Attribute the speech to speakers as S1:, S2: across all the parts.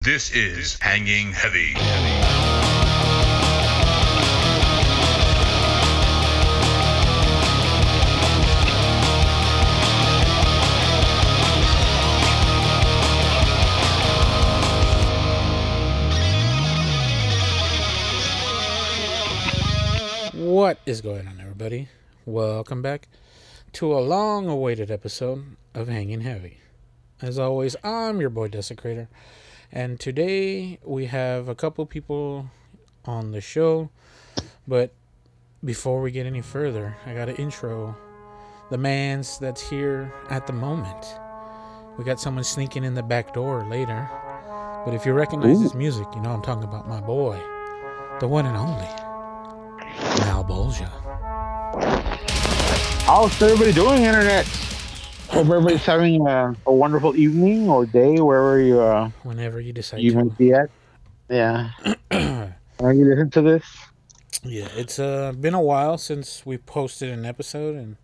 S1: This is Hanging Heavy.
S2: What is going on, everybody? Welcome back to a long awaited episode of Hanging Heavy. As always, I'm your boy Desecrator, and today we have a couple people on the show. But before we get any further, I got to intro the man's that's here at the moment. We got someone sneaking in the back door later. But if you recognize this music, you know I'm talking about my boy, the one and only. Malbolgia.
S3: How's everybody doing, internet? Hope everybody's having a, a wonderful evening or day, wherever you uh,
S2: Whenever you decide
S3: you
S2: to.
S3: might be at. Yeah. Are you listening to this?
S2: Yeah, it's uh, been a while since we posted an episode, and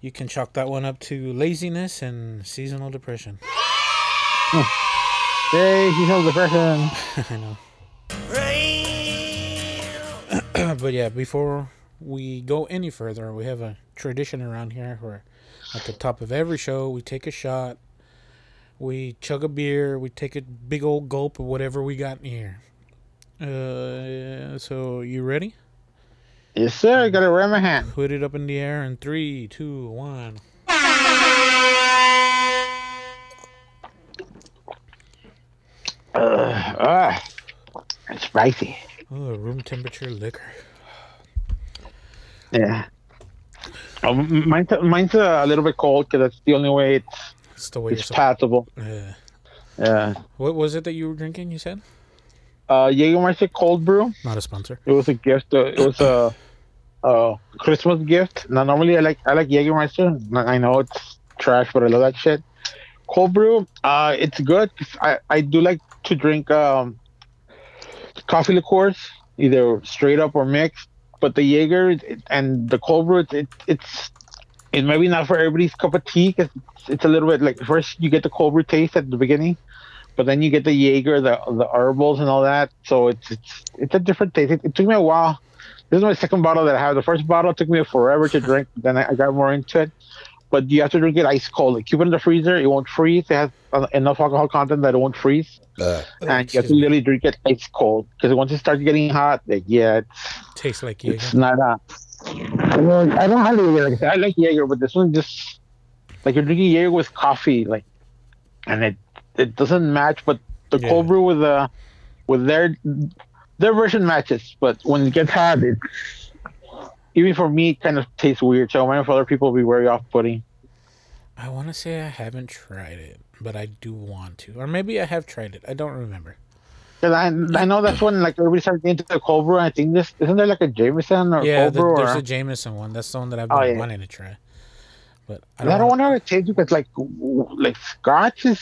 S2: you can chalk that one up to laziness and seasonal depression.
S3: Hey, he held the person.
S2: I know. but yeah, before we go any further, we have a tradition around here where at the top of every show we take a shot, we chug a beer, we take a big old gulp of whatever we got in here. Uh, so you ready?
S3: Yes, sir. I got it right in my hand.
S2: Put it up in the air in three, two, one.
S3: Ah, it's spicy.
S2: Oh, room temperature liquor.
S3: Yeah. Oh, m- mine's mine's uh, a little bit cold because that's the only way it's,
S2: It's the way
S3: it's
S2: you're
S3: passable.
S2: supposed. Uh,
S3: Yeah.
S2: what was it that you were drinking? You said
S3: Uh, Jägermeister cold brew.
S2: not a sponsor.
S3: It was a gift. Uh, it was a, a Christmas gift. Now normally I like I like Jägermeister. I I know it's trash, but I love that shit. Cold brew, uh, it's good. 'cause I I do like to drink um, coffee liqueurs, either straight up or mixed. But the Jaeger it- and the cold brew, it, it's it maybe not for everybody's cup of tea 'cause it's, it's a little bit like first you get the cold brew taste at the beginning, but then you get the Jaeger, the the herbals and all that. So it's it's, it's a different taste. It, it took me a while. This is my second bottle that I have. The first bottle took me forever to drink. then I, I got more into it. But you have to drink it ice cold. Like keep it in the freezer. It won't freeze. It has uh, enough alcohol content that it won't freeze.
S2: Oh,
S3: and you have
S2: excuse
S3: to
S2: me.
S3: literally drink it ice cold because once it starts getting hot, like yeah, it's
S2: Tastes like
S3: it's
S2: Jaeger.
S3: not a. Well, I don't have Jaeger. Like I, said, I like Jaeger, but this one just like you're drinking Jaeger with coffee, like, and it it doesn't match. But the
S2: Yeah.
S3: cold brew with uh with their their version matches, but when it gets hot, it even for me it kind of tastes weird. So I wonder if other people will be very off putting.
S2: I want to say I haven't tried it, but I do want to, or maybe I have tried it. I don't remember.
S3: Cause I I know that's when like everybody started getting into the cold brew. I think this isn't there like a Jameson or
S2: yeah,
S3: cold
S2: the,
S3: brew or
S2: there's a Jameson one. That's the one that I've been
S3: Oh, yeah.
S2: wanting to try. But I
S3: I don't,
S2: don't. want
S3: want to change because like w- w- like Scotch is.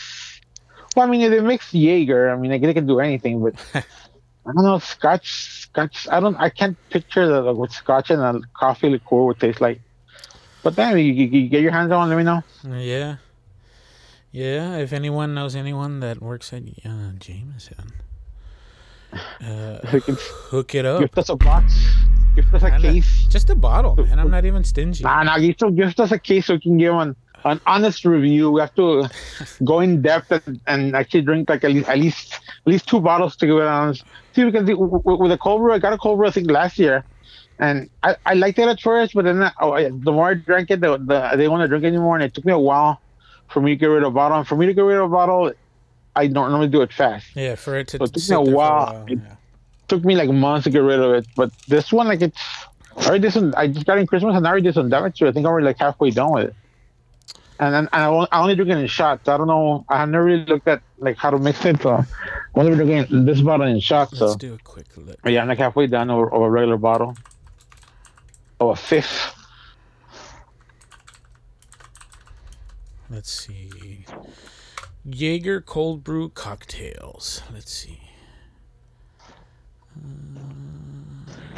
S3: Well, I mean, if they mix Jaeger, I mean, like, they can do anything, but I don't know Scotch. Scotch. I don't. I can't picture that like, what Scotch and a coffee liqueur would taste like. But then you, you, you get your hands on. one, Let me know.
S2: yeah, yeah. If anyone knows anyone that works at uh, Jameson, uh,
S3: Like, it's-
S2: hook it up.
S3: Gift us a box. Gift us a
S2: Kinda.
S3: case.
S2: Just a bottle, man. I'm not even stingy.
S3: Nah, nah. You still gift us a case so we can give an an honest review. We have to go in depth and, and actually drink like at least at least at least two bottles to give it an honest. See, because the, w- w- with a cold brew, I got a cold brew I think last year, and I, I liked it at first, but then I, oh, I, the more I drank it, the, the I didn't want to drink anymore, and it took me a while for me to get rid of a bottle. And for me to get rid of a bottle, I don't normally do it fast
S2: Yeah, for it to
S3: Well, it took me
S2: sit
S3: a
S2: there for
S3: while.
S2: a while. Yeah.
S3: took me like months to get rid of it. But this one, like it's I already did some. I just got in Christmas and I already did some damage to it. I think I'm already like halfway done with it. And then and I, only, I only drink it in shots. I don't know. I never really looked at like how to mix it. So I'm only drinking this bottle in shots.
S2: Let's
S3: So
S2: do a quick look.
S3: yeah, I'm like halfway done of, of a regular bottle. Of a fifth.
S2: Let's see. Jaeger cold brew cocktails. Let's see. Uh,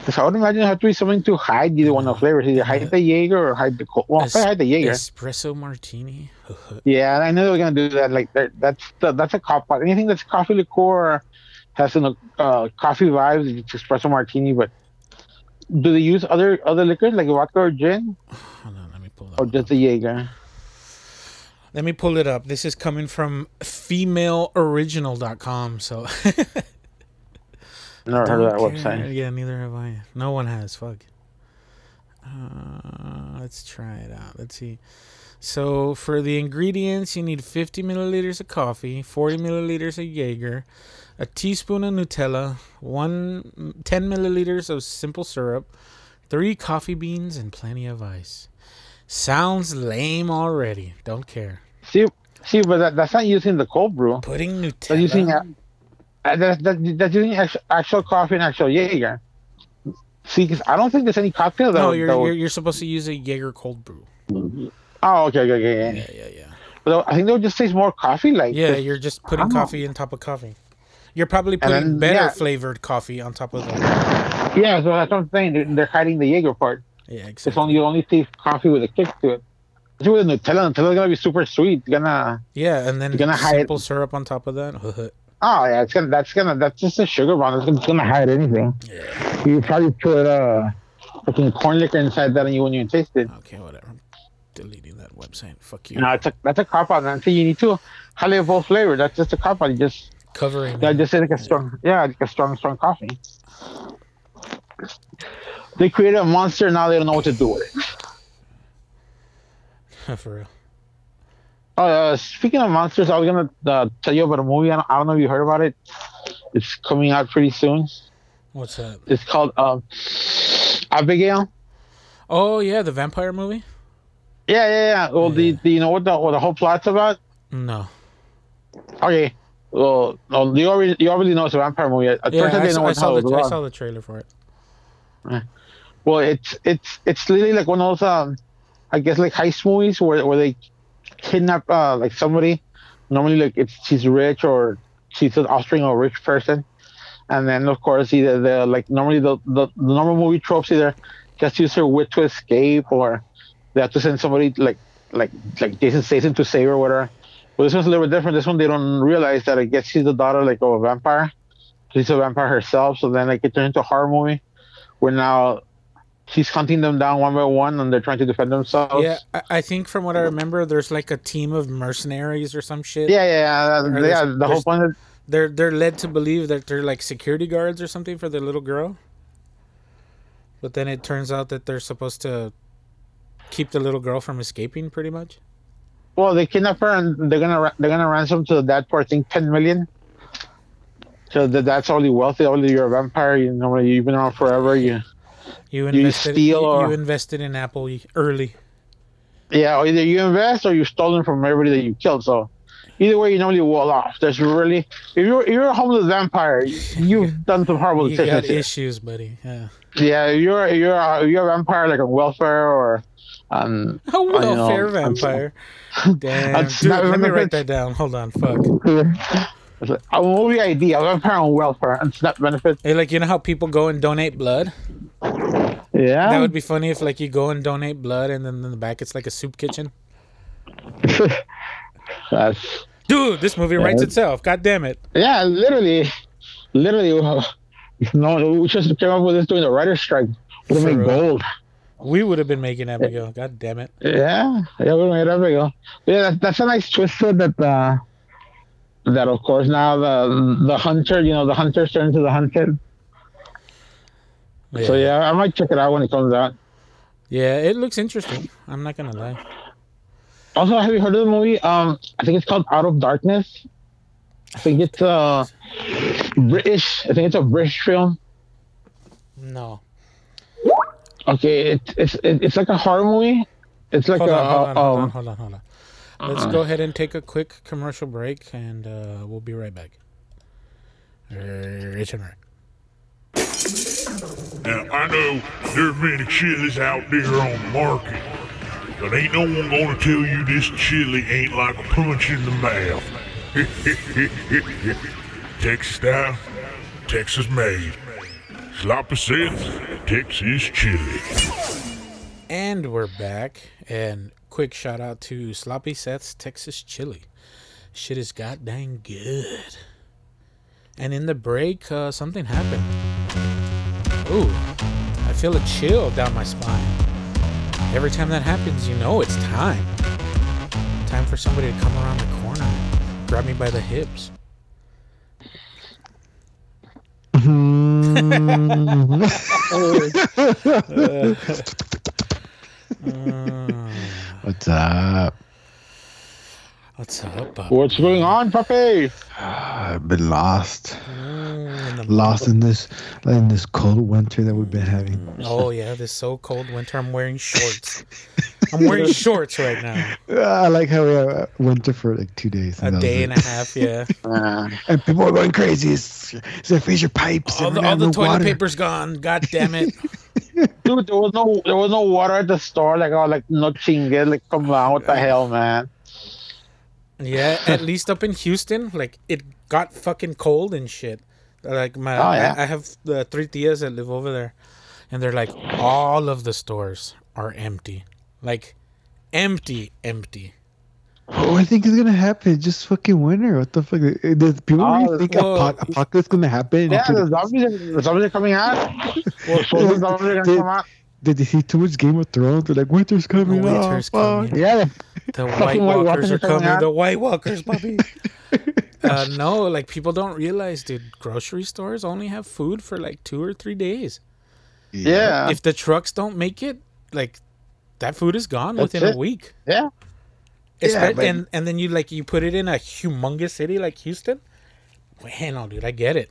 S3: Because I would imagine it have to be something to hide either one of the flavors. Either hide the Jaeger or hide the Coke. Well,
S2: Es-
S3: probably hide Oh, the Jaeger.
S2: Espresso martini.
S3: Yeah, I know they were gonna do that. Like that, that's the, that's a cop out. Anything that's coffee liqueur has an uh, coffee vibes. It's espresso martini, but do they use other other liquors like vodka or gin,
S2: Hold on, let me pull that.
S3: or
S2: one
S3: Oh, just the Jaeger?
S2: Let me pull it up. This is coming from femaleoriginal.com. So
S3: Never heard of that
S2: Don't care.
S3: website.
S2: Yeah, neither have I. No one has. Fuck. Uh, let's try it out. Let's see. So for the ingredients, you need 50 milliliters of coffee, 40 milliliters of Jaeger, a teaspoon of Nutella, one 10 milliliters of simple syrup, three coffee beans, and plenty of ice. Sounds lame already. Don't care.
S3: See, see, but that, that's not using the cold brew.
S2: Putting
S3: That's using
S2: Nutella.
S3: uh, uh, that, that, that's using actual, actual coffee and actual Jaeger. See, 'cause I don't think there's any cocktail that.
S2: No,
S3: would-
S2: you're,
S3: that would-
S2: you're you're supposed to use a Jaeger cold brew.
S3: Oh, okay, okay, okay. yeah.
S2: Yeah, yeah, yeah.
S3: But I think they would just taste more coffee, like
S2: Yeah,
S3: just-
S2: you're just putting
S3: I'm not-
S2: coffee on top of coffee. You're probably
S3: And
S2: putting
S3: then,
S2: better
S3: yeah.
S2: flavored coffee on top of the.
S3: Yeah, so that's what I'm saying. They're, they're hiding the Jaeger part.
S2: Yeah, exactly.
S3: It's only you only taste coffee with a kick to it. It's with Nutella. Nutella's gonna be super sweet. It's gonna
S2: yeah, and then
S3: You're gonna hide-
S2: simple syrup on top of that.
S3: oh yeah, it's gonna that's gonna that's just a sugar bomb. It's gonna, it's gonna hide anything.
S2: yeah.
S3: You probably put uh fucking corn liquor inside that and you wouldn't even taste it.
S2: Okay, whatever. I'm deleting that website. Fuck you.
S3: No, it's a that's a cop out. man. See, you need to highlight both flavor. That's just a cop out. You just
S2: Covering.
S3: Yeah,
S2: it.
S3: just like a strong, yeah, like a strong, strong coffee. They created a monster. Now they don't know what to do with it.
S2: For real.
S3: Uh, speaking of monsters, I was gonna uh, tell you about a movie. I don't, I don't know if you heard about it. It's coming out pretty soon.
S2: What's that?
S3: It's called um, Abigail.
S2: Oh yeah, the vampire movie.
S3: Yeah, yeah, yeah. Well, The, the you know what the what the whole plot's about?
S2: No.
S3: Okay. Well, no, you already you already know it's a vampire movie. At
S2: Yeah,
S3: first, I
S2: I,
S3: didn't
S2: saw,
S3: know
S2: I
S3: what
S2: saw
S3: the hell it was
S2: the I
S3: about.
S2: saw the trailer for it.
S3: Well, it's it's it's literally like one of those um, I guess like heist movies where where they kidnap uh like somebody. Normally, like it's she's rich or she's an offspring of a rich person, and then of course either the like normally the the, the normal movie tropes either just use her wit to escape or they have to send somebody like like like Jason Statham to save her or whatever. But this one's a little bit different. This one they don't realize that I guess she's the daughter like of a vampire. She's a vampire herself, so then like it turned into a horror movie where now she's hunting them down one by one and they're trying to defend themselves.
S2: Yeah, I, I think from what I remember, there's like a team of mercenaries or some shit.
S3: Yeah, yeah, yeah.
S2: there's-
S3: yeah the whole
S2: there's-
S3: point is
S2: They're they're led to believe that they're like security guards or something for their little girl. But then it turns out that they're supposed to keep the little girl from escaping pretty much.
S3: well, they kidnap her and they're gonna ra- they're gonna ransom to the dad for I think ten million. So the dad's already wealthy. Already, you're a vampire. You know, you've been around forever. You
S2: You invested you,
S3: steal or-
S2: you invested in Apple y- early.
S3: Yeah, or either you invest or you've stolen from everybody that you killed. So either way, you normally wall off. There's really if you're if you're a homeless vampire, you've done some horrible
S2: You got
S3: decisions. here.
S2: issues, buddy. Yeah.
S3: Yeah, if you're if you're a, if you're a vampire like on welfare or um, on
S2: A welfare
S3: know, I'm-
S2: vampire. Damn.
S3: I'm
S2: Dude, let
S3: not
S2: me
S3: remembering-
S2: write that down. Hold on. Fuck.
S3: it's like, a movie idea, a vampire on welfare and SNAP benefits.
S2: Hey, like you know how people go and donate blood? That
S3: Yeah,
S2: would be funny if like you go and donate blood and then in the back it's like a soup kitchen.
S3: That's-
S2: Dude, this movie writes
S3: that-
S2: itself. God damn it.
S3: yeah, literally, literally. wow. No, we just came up with this during the writer's strike. We
S2: For
S3: made
S2: real.
S3: gold.
S2: We would have been making Abigail. God damn it.
S3: Yeah, yeah, we made up ago. Yeah, that, that's a nice twist to it that uh, that of course now the the hunter, you know, the hunter turns to the hunted. So yeah, I might check it out when it comes out.
S2: Yeah, it looks interesting. I'm not gonna lie.
S3: Also, have you heard of the movie? Um, I think it's called Out of Darkness. I think it's uh British. I think it's a British film.
S2: No.
S3: Okay, it, it's it, it's like a horror movie. It's like
S2: Hold
S3: a
S2: on, hold on, hold
S3: um,
S2: on, hold on, hold on. Let's go ahead and take a quick commercial break and uh, we'll be right back. Rich and Rick.
S1: Now, I know there's many chilies out there on the market, but ain't no one gonna tell you this chili ain't like a punch in the mouth. Texas style, Texas made. Sloppy Seth, Texas Chili.
S2: And we're back. And quick shout out to Sloppy Seth's Texas Chili. Shit is goddamn good. And in the break, uh, something happened. Ooh, I feel a chill down my spine. Every time that happens, you know it's time. Time for somebody to come around the corner, grab me by the hips.
S4: What's up?
S2: What's up, Bob?
S3: What's going on, puppy?
S4: I've been lost,
S2: Mm, in the-
S4: lost in this in this cold winter that we've been having.
S2: Oh yeah, this so cold winter. I'm wearing shorts. I'm wearing shorts right now.
S4: Uh, I like how we have uh, winter for like two days.
S2: A
S4: that was
S2: day
S4: it.
S2: and a half. Yeah.
S3: Uh,
S4: and people are going crazy. It's, it's their freezer pipes.
S2: all
S4: they
S2: the,
S4: ran out
S2: all
S4: of
S2: the toilet
S4: water.
S2: paper's gone. God damn it.
S3: dude, there was no there was no water at the store. Like, oh, like no chingue. Like, come on, what the hell, man?
S2: yeah, at least up in Houston, like it got fucking cold and shit. Like my,
S3: Oh, yeah.
S2: I, I have the three tias that live over there, and they're like, all of the stores are empty, like empty, empty.
S4: What do you think is gonna happen? Just fucking winter. What the fuck? Uh, Does people
S3: Oh,
S4: really think
S2: well-
S4: apo- apocalypse gonna happen?
S3: Yeah,
S4: Did-
S3: the zombies, are, the zombies are coming out.
S2: Well,
S3: So the zombies are gonna
S4: Dude.
S3: come out.
S4: Did they see too much Game of Thrones? They're like, winter's coming.
S2: Winter's
S4: oh, fuck.
S2: coming.
S3: Yeah,
S2: The White
S3: White
S2: Walkers
S3: Walkers
S2: are
S3: are coming
S2: coming.
S3: out.
S2: The White Walkers, Bobby. uh, no, like people don't realize, dude. Grocery stores only have food for like two or three days.
S3: yeah,
S2: If the trucks don't make it, like that food is gone
S3: That's
S2: within
S3: it.
S2: a week.
S3: yeah.
S4: Yeah,
S2: Espe-
S4: but-
S2: and and then you like you put it in a humongous city like Houston. Man, no, dude, I get it.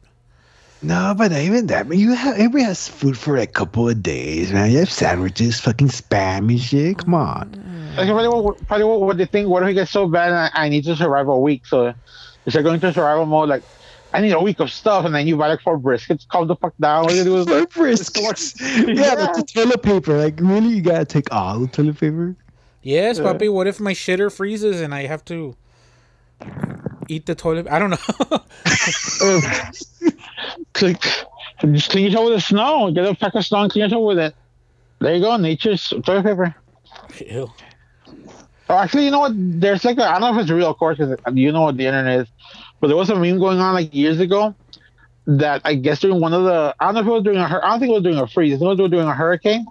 S4: No, but not even that. Man, you have everybody has food for a couple of days, man. You have sandwiches, fucking spam and shit. Come on.
S3: Like, probably what, probably what, what they think. What if it gets so bad? And I, I need to survive a week. So if they're going to survival mode, like I need a week of stuff, and then you buy like four briskets, calm the fuck down. What do you do? Is,
S4: My briskets. Yeah, that's the toilet paper. Like, really, you gotta take all the toilet paper?
S2: Yes, puppy. What if my shitter freezes and I have to eat the toilet? I don't know.
S3: click, just clean it up with the snow. Get a pack of snow and clean it up with it. There you go, nature's toilet paper.
S2: Ew.
S3: Oh, actually, you know what? There's like a, I don't know if it's real, of course, 'cause uh, you know what the internet is, but there was a meme going on like years ago that I guess during one of the I don't know if it was during a hur- I don't think it was during a freeze. I think it was during a hurricane.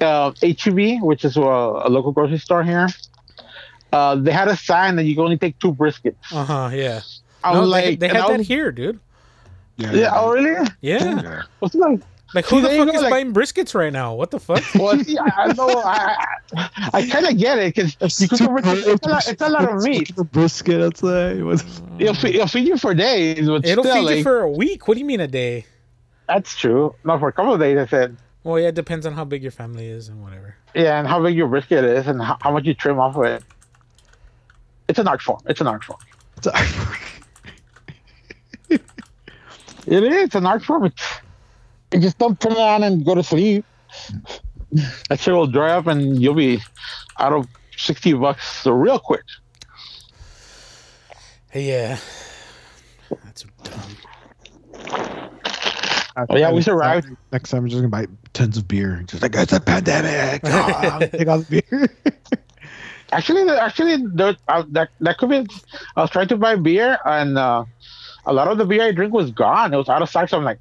S3: Uh, HEB, which is uh, a local grocery store here, uh, they had a sign that you can only take two briskets.
S2: Uh huh. Yeah.
S3: I
S2: No,
S3: was
S2: they,
S3: like,
S2: they
S3: and
S2: had
S3: I
S2: that
S3: was-
S2: here, dude.
S3: Yeah. Oh, really?
S2: Yeah.
S4: yeah.
S3: What's that?
S2: Like who
S3: See,
S2: the
S3: there you
S2: fuck
S3: go,
S2: is
S3: like-
S2: buying briskets right now? What the fuck?
S3: Well, see, I, I know. I I, I kind of get it because it's, a lot- it's a lot of meat.
S4: Brisket outside. What's-
S2: Mm.
S3: It'll, feed- it'll feed you for days. But
S2: It'll
S3: still,
S2: feed
S3: like,
S2: you for a week. What do you mean a day?
S3: That's true. Not for a couple of days. I said.
S2: Well, yeah, it depends on how big your family is and whatever.
S3: Yeah, and how big your brisket is, and how, how much you trim off of it. It's an art form. It's an art form. It is. It's an art form. It's, you just don't turn it on and go to sleep. That shit will dry up, and you'll be out of sixty bucks real quick.
S2: Yeah. That's dumb.
S3: Oh, yeah, we survived.
S4: Next time, I'm just gonna buy tons of beer. Just like it's a pandemic. Ah, take all the beer.
S3: Actually, the- actually, there, uh, that that could be. I was trying to buy beer, and uh, a lot of the beer I drink was gone. It was out of stock. So I'm like,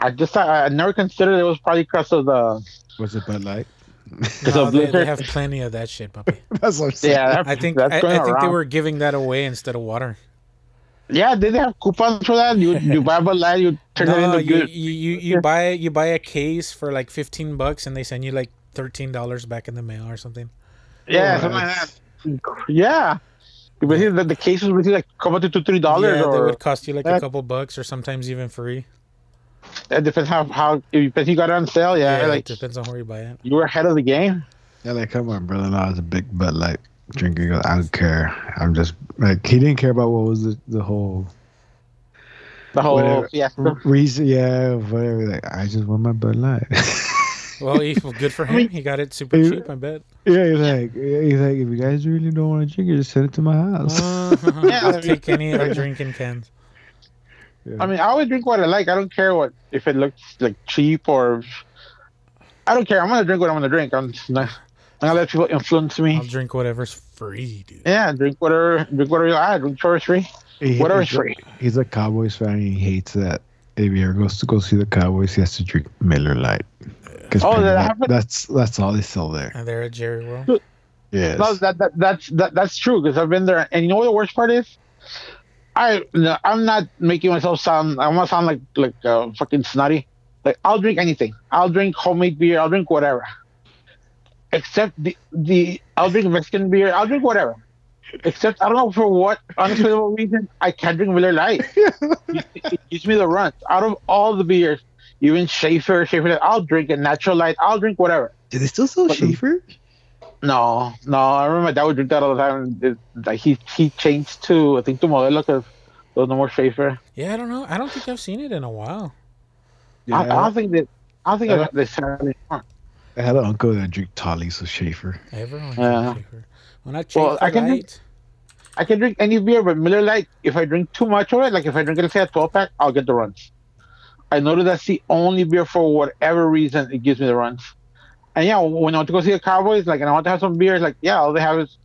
S3: I just I, I never considered it was probably because of the
S4: Was it Bud Light?
S3: because
S2: No,
S3: of
S2: they, they
S3: liquor.
S2: have plenty of that shit, puppy.
S4: That's what I'm saying.
S3: yeah, that-
S2: I think
S3: that's
S2: I,
S3: going
S2: I think they
S3: around.
S2: were giving that away instead of water.
S3: Yeah, did they have coupons for that? You you buy Bud Light, you turn it
S2: No,
S3: into
S2: you,
S3: good.
S2: you, you, you buy you buy a case for like fifteen bucks and they send you like thirteen dollars back in the mail or something.
S3: Yeah, something like that. Yeah, you basically the, the case was basically like come up to two three dollars,
S2: yeah, they
S3: or
S2: would cost you like a
S3: that-
S2: couple bucks or sometimes even free.
S3: it depends how how if you got it on sale. Yeah,
S2: Yeah, it
S3: like
S2: depends on where you buy it.
S3: you were ahead of the game.
S4: Yeah, like come on, brother. No, I was a big Bud Light drinker. He goes, I don't care. I'm just like he didn't care about what was the, the whole
S3: The whole
S4: Whatever.
S3: yeah.
S4: r- reason. Yeah, whatever. Like I just want my Bud Light.
S2: Well, he, well, good for him. he got it super
S4: you-
S2: cheap, I bet.
S4: yeah, he's like yeah, he's like if you guys really don't
S3: Uh,
S4: want to drink it, just send it to my house.
S2: I'll
S3: Yeah.
S2: take any of our drinking cans.
S3: I mean, I always drink what I like. I don't care what if it looks like cheap or. I don't care. I'm gonna drink what I'm gonna drink. I'm just not, I'm gonna let people influence me.
S2: I'll drink whatever's free, dude.
S3: yeah, drink whatever. Drink whatever you like. Drink for free.
S4: He-
S3: Whatever
S4: he's
S3: is
S4: a-
S3: free.
S4: He's a Cowboys fan. And he hates that. If he ever goes to go see the Cowboys, he has to drink Miller Lite. 'Cause
S3: Oh,
S4: apparently
S3: that
S4: that-
S3: happened?
S4: That's that's all they sell there.
S2: And there at Jerry World.
S4: Yes.
S3: No, that, that that's that, that's true because I've been there, and you know what the worst part is? I no, I'm not making myself sound. I want to sound like like uh, fucking snotty. Like I'll drink anything. I'll drink homemade beer. I'll drink whatever. Except the the I'll drink Mexican beer. I'll drink whatever. Except I don't know for what unexplainable reason I can't drink Miller Lite. it, it gives me the runs. Out of all the beers, even Schaefer, Schaefer, I'll drink a natural light. I'll drink whatever.
S4: Do they still sell
S3: But-
S4: Schaefer?
S3: No, no. I remember my dad would drink that all the time. It, like he he changed to I think to Modelo because there was no more Schaefer.
S2: Yeah, I don't know. I don't think I've seen it in a while.
S4: Yeah,
S3: I, I don't think that. I don't think
S4: Yeah.
S3: they sell it anymore.
S4: I had an uncle that drank Tolly's with Schaefer.
S2: Everyone.
S3: Yeah.
S2: Yeah. When I check
S3: Uh-huh. Well,
S2: the
S3: I can drink-
S2: light,
S3: I can drink any beer, but Miller Lite. If I drink too much of it, like if I drink let's say a twelve pack, I'll get the runs. I noticed that's the only beer for whatever reason it gives me the runs. And yeah, when I want to go see the Cowboys, like, and I want to have some beers, like, yeah, all they have is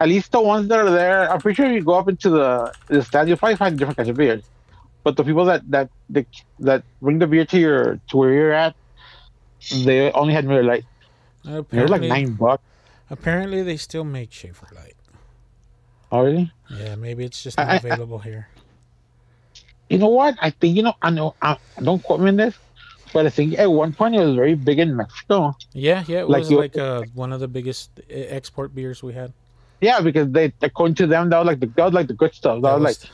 S3: at least the ones that are there. I'm pretty sure if you go up into the the stand, you'll probably find different kinds of beers. But the people that that that, that bring the beer to your to where you're at, they only had Miller Lite. And it was like
S2: apparently,
S3: nine bucks.
S2: apparently they still make Schaefer Light.
S3: Oh, really?
S2: Yeah, maybe it's just not
S3: I- I-
S2: available here.
S3: you know what? I think you know. I know. I, don't quote me on this, but I think at one point it was very big in Mexico.
S2: Yeah, yeah, it
S3: Like
S2: was
S3: you-
S2: like uh, one of the biggest uh, export beers we had.
S3: Yeah, because they according to them that was like the that was like the good stuff. That,
S2: That
S3: was,
S2: was-
S3: like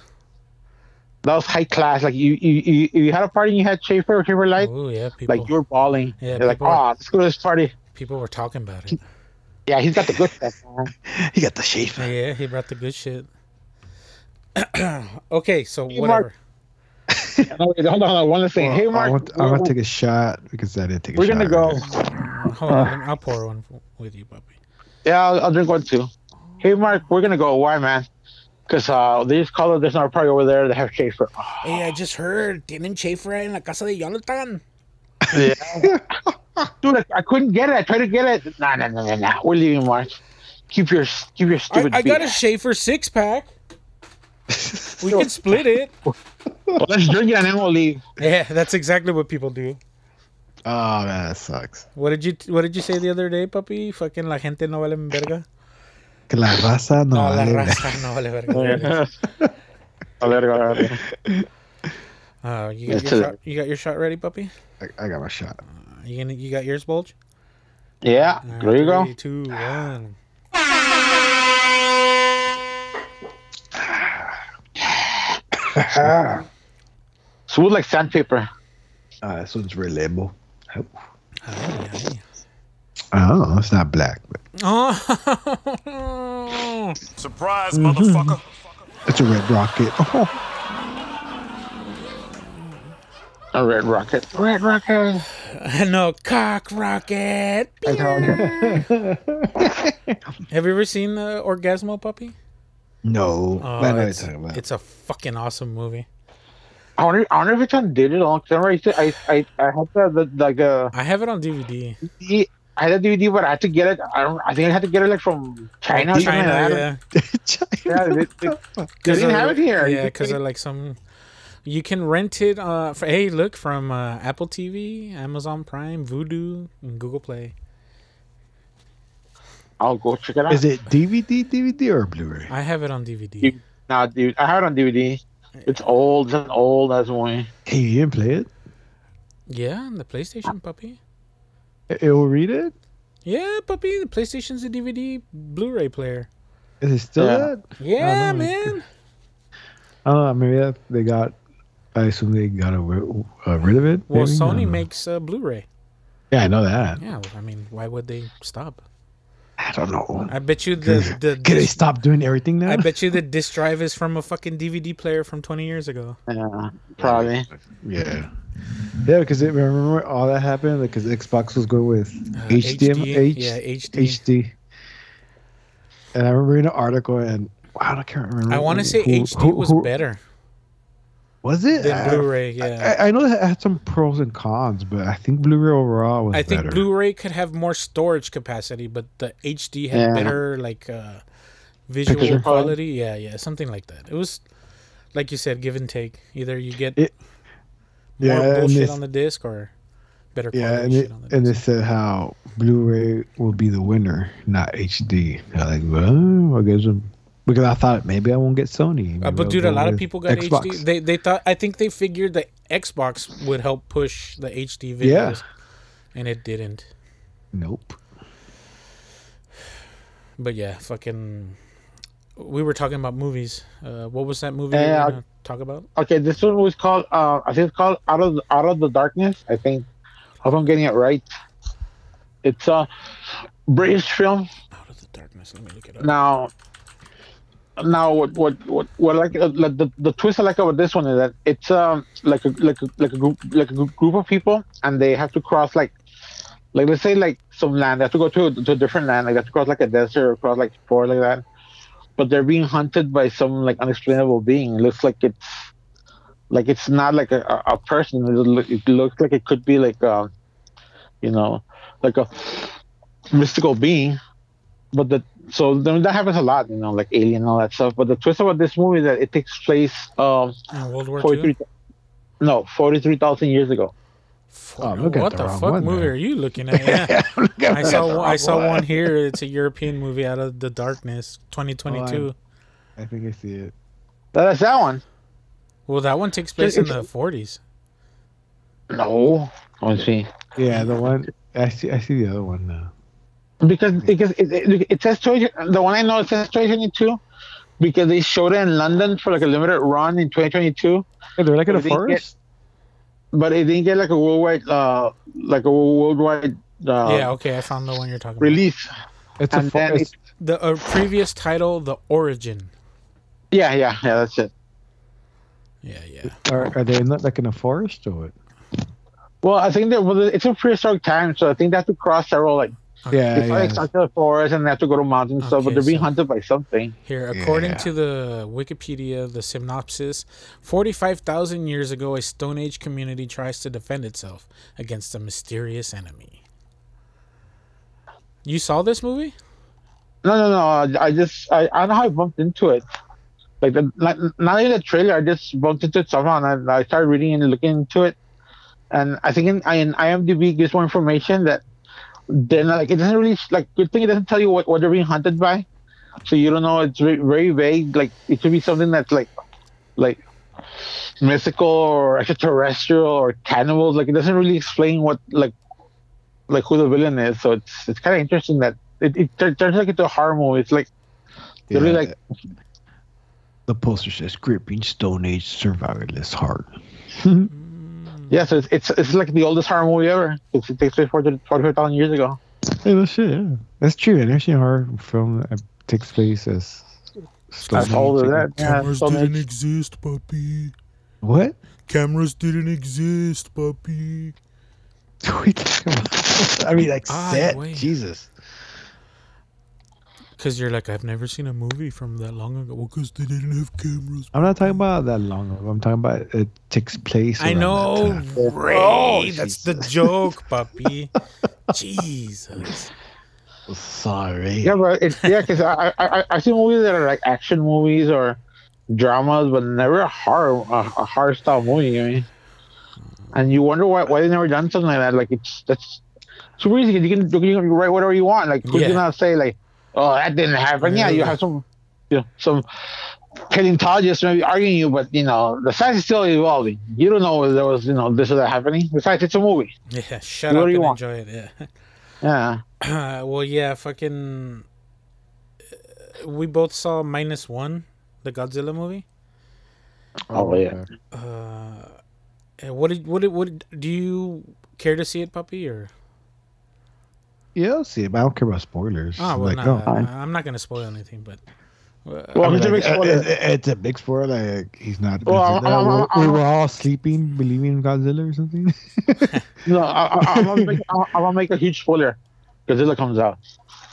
S3: that was high class. Like you you, you, you had a party and you had Schaefer or Schaefer
S4: Oh.
S3: Light.
S2: Ooh, yeah, people,
S3: Like you were balling.
S2: Yeah,
S3: You're like,
S2: people were-
S3: oh, let's go to this party.
S2: people were talking about it.
S3: Yeah, he's got the good stuff. man.
S4: He got the Schaefer.
S2: yeah, he brought the good shit. okay, so
S3: Hey,
S2: whatever.
S3: Mark. no, wait, hold on, hold on, one last thing. hey, Mark,
S4: I want, I want to take a shot because I didn't take a
S3: we're
S4: shot.
S3: gonna go.
S2: Hold
S3: Uh.
S2: on, let me- I'll pour one f- with you, puppy.
S3: Yeah, I'll, I'll drink one too. Hey, Mark, we're gonna go. Why, man? Because uh, they just called. There's not a party over there. They have Schaefer.
S2: Hey, I just heard tienen Schaefer en la casa de Jonathan.
S3: Yeah. Dude, I, I couldn't get it. I tried to get it. Nah, nah, nah, nah, nah. We're leaving, Mark. Keep your keep your
S2: I,
S3: stupid.
S2: I got a
S3: beer.
S2: Schaefer six pack. We can split it.
S3: Well, let's drink it and then we'll leave.
S2: Yeah, that's exactly what people do.
S4: Oh man, that sucks.
S2: What did you What did you say the other day, puppy? Fucking la gente no vale verga.
S4: Que la raza no,
S2: No, la
S4: vale
S2: raza no vale verga.
S3: I'll let it go.
S2: Uh, you got
S3: It's
S2: your
S3: a-
S2: shot, you got your shot ready, puppy.
S4: ver- I, I got my shot.
S2: You gonna, you got yours, bulge.
S3: Yeah,
S2: All right,
S3: there you go.
S2: three, two, one.
S3: Smooth like sandpaper.
S4: Uh, this one's red label. Oh,
S2: Ay, ay.
S4: oh it's not black, but
S2: Oh,
S1: Surprise, motherfucker.
S4: it's a red rocket.
S3: A
S4: Oh,
S3: red rocket. Red rocket.
S2: no, cock rocket. Have you ever seen uh, Orgasmo Puppy?
S4: no,
S2: Oh,
S4: I know what you're
S2: it's,
S4: talking about.
S2: it's a fucking awesome movie.
S3: I wonder, I wonder if it's on digital. 'cause I remember I, used to- I, I, I had the, the like uh,
S2: I have it on DVD.
S3: the- I had a DVD, but I had to get it. I, don't, I think I had to get it like from China. or something like that.
S2: China,
S3: Yeah, they, they, they didn't have it here.
S2: Yeah,
S3: They-
S2: because of like some. You can rent it. Uh, for, hey, look from uh, Apple TV, Amazon Prime, Vudu, and Google Play.
S3: I'll go check it out.
S4: Is it DVD, DVD, or Blu-ray?
S2: I have it on DVD.
S3: You- Nah, dude, I have it on DVD. It's old. It's an old as one.
S4: Hey, you didn't play it?
S2: Yeah, on the PlayStation, puppy.
S4: It, it will read it.
S2: Yeah, puppy. The PlayStation's a DVD Blu-ray player.
S4: Is it still
S3: Yeah.
S4: that?
S2: Yeah,
S4: no,
S2: man.
S4: I don't know. Maybe that they got. I assume they got a, uh, rid of it.
S2: Well,
S4: maybe? I don't
S2: Sony
S4: know.
S2: makes uh, Blu-ray.
S4: Yeah, I know that.
S2: Yeah, well, I mean, why would they stop?
S4: I don't know.
S2: I bet you the the
S4: Can they
S2: disc,
S4: stop doing everything now?
S2: I bet you the disc drive is from a fucking DVD player from 20 years ago.
S3: Yeah, probably.
S4: Yeah. Yeah, because it, remember all that happened because Xbox was going with HDMI, H,
S2: Uh, yeah, HD.
S4: HD. And I remember reading an article, and wow, I can't remember.
S2: I want to say
S4: who-
S2: HD
S4: who-
S2: was
S4: who-
S2: better.
S4: Was it?
S2: than
S4: I-
S2: Blu-ray. Yeah,
S4: I, I know it had some pros and cons, but I think Blu-ray overall was
S2: I, think
S4: better.
S2: Blu-ray could have more storage capacity, but the HD had
S3: Yeah.
S2: better like uh, visual
S3: Picture quality?
S2: quality. Yeah, yeah, something like that. It was like you said, give and take. Either you get
S4: It-
S2: more
S4: yeah, and
S2: bullshit
S4: this,
S2: on the disc or better quality
S4: yeah, and,
S2: shit
S4: it,
S2: on the
S4: and
S2: disc.
S4: they said how Blu-ray will be the winner, not HD. I was like, well, I guess I'm- because I thought maybe I won't get Sony.
S2: Uh,
S4: Maybe
S2: but
S4: I'll
S2: dude, a
S4: go
S2: lot of
S4: with
S2: people got
S4: Xbox.
S2: HD. They they thought I think they figured that Xbox would help push the HD videos,
S4: Yeah.
S2: and it didn't.
S4: Nope.
S2: But yeah, fucking. We were talking about movies. Uh, what was that movie we
S3: Yeah,
S2: were gonna talk about?
S3: Okay, this one was called. Uh, I think it's called Out of Out of the Darkness. I think. Hope I'm getting it right. It's a British film.
S2: Out of the darkness. Let me look it up.
S3: Now, now what what what, what like uh, like the, the twist I like about this one is that it's um like a like a, like a group like a gr- group of people and they have to cross like like let's say like some land they have to go to to a different land like they have to cross like a desert or cross like forest like that, but they're being hunted by some like unexplainable being. It looks like it's like it's not like a, a- a person. It, look, it looks like it could be like um you know like a mystical being but the so I mean, that happens a lot, you know, like Alien and all that stuff. But the twist about this movie is that it takes place um
S2: Uh, World War
S3: forty
S2: Two.
S3: three, no, forty three thousand years ago.
S4: Oh, I'm looking at
S2: what
S4: the
S2: the,
S4: wrong
S2: fuck
S4: one
S2: movie
S4: there.
S2: are you looking at? Yeah. I saw one, I saw one here. It's a European movie, Out of the Darkness, 2022.
S4: I think I see it.
S3: That's that one.
S2: well, that one takes place in the 40s.
S3: No, let me see.
S4: Yeah, the one I see. I see the other one now.
S3: Because because it, it, it says twenty. The one I know it says twenty twenty two, because they showed it in London for like a limited run in twenty twenty two,
S4: Hey, they're like in
S3: I
S4: a
S3: think it-
S4: forest.
S3: but it didn't get like a worldwide uh like a worldwide
S4: um,
S3: uh,
S2: yeah, okay, I found the one you're talking
S3: release.
S4: It's a
S3: and then
S4: forest.
S2: about. The uh, previous title, The Origin.
S3: Yeah, yeah, yeah. That's it.
S2: Yeah, yeah.
S4: Are, are they not like in a forest or what?
S3: Well, I think that well, it's a prehistoric time, so I think they have to cross several like
S4: Yeah,
S3: It's like stuck in the forest and they have to go to mountains and stuff,
S2: Okay,
S3: but they're being
S2: so-
S3: hunted by something.
S2: Here, according
S4: Yeah.
S2: to the Wikipedia, the synopsis 45,000 years ago, a Stone Age community tries to defend itself against a mysterious enemy. You saw this movie?
S3: No, no, no. I, I just I, I don't know how I bumped into it. Like the like, not even the trailer, I just bumped into it somehow, and I, I started reading and looking into it. And I think in, in IMDb gives more information that then like it doesn't really like good thing it doesn't tell you what, what they're being hunted by, so you don't know. It's very, very vague. Like it could be something that's like like mystical or extraterrestrial or cannibals. Like it doesn't really explain what like like who the villain is. So it's it's kind of interesting that it, it tur- turns like into a horror movie. It's like
S4: Yeah,
S3: literally like
S4: the poster says gripping Stone Age survivalist heart.
S3: yeah. So it's it's, it's like the oldest horror movie ever. It's, it takes place 40 45,000 years ago.
S4: Hey, that's shit. Yeah, that's true. An action horror film that takes place as Stone
S3: That's all of
S4: Age.
S3: that. Yeah,
S1: Cameras
S3: so
S1: didn't
S3: much.
S1: exist, puppy.
S4: What?
S1: Cameras didn't exist, puppy.
S4: What are you talking about? I mean, like
S2: Ah,
S4: set.
S2: wait.
S4: Jesus.
S2: Because you're like, I've never seen a movie from that long ago. Well, 'cause
S1: Because they didn't have cameras.
S4: I'm not talking about that long ago. I'm talking about it takes place.
S2: I
S4: around that
S2: know,
S4: time.
S2: Ray.
S4: Oh,
S2: that's the joke, puppy. Jesus.
S4: Sorry.
S3: yeah, but it's yeah, because I, I I I see movies that are like action movies or dramas, but never a horror a, a horror style movie. I mean, and you wonder why why they never done something like that. Like it's that's super easy. 'cause You can you can write whatever you want. Like who's
S2: Yeah.
S3: gonna say like, oh that didn't happen? Yeah, you
S2: Yeah.
S3: have some you know, some paleontologists maybe arguing you, but you know the science is still evolving. You don't know if there was you know this or that happening. Besides, it's a movie.
S2: Yeah, shut
S3: What
S2: up
S3: do you
S2: and
S3: want?
S2: enjoy it. Yeah.
S3: Yeah.
S2: Uh, well, yeah, fucking. uh, We both saw Minus One, the Godzilla movie.
S3: Oh, yeah.
S4: okay.
S2: Uh, and what did what did what did- do you care to see it, puppy? Or
S4: Yeah, I'll see it, but I don't care about spoilers.
S2: ah, well,
S4: like,
S2: nah,
S4: no.
S2: I- I'm not gonna spoil anything, but uh,
S3: Well,
S4: I mean,
S3: it's a
S4: like,
S3: big spoiler.
S4: it- it- it's a big spoiler. Like, he's not.
S3: Well, I'm-
S4: Godzilla.
S3: I'm- I'm-
S4: we
S3: I'm-
S4: were all sleeping, believing in Godzilla or something.
S3: No, I, I, I'm, gonna make, I'm, I'm gonna make a huge spoiler. Godzilla comes out.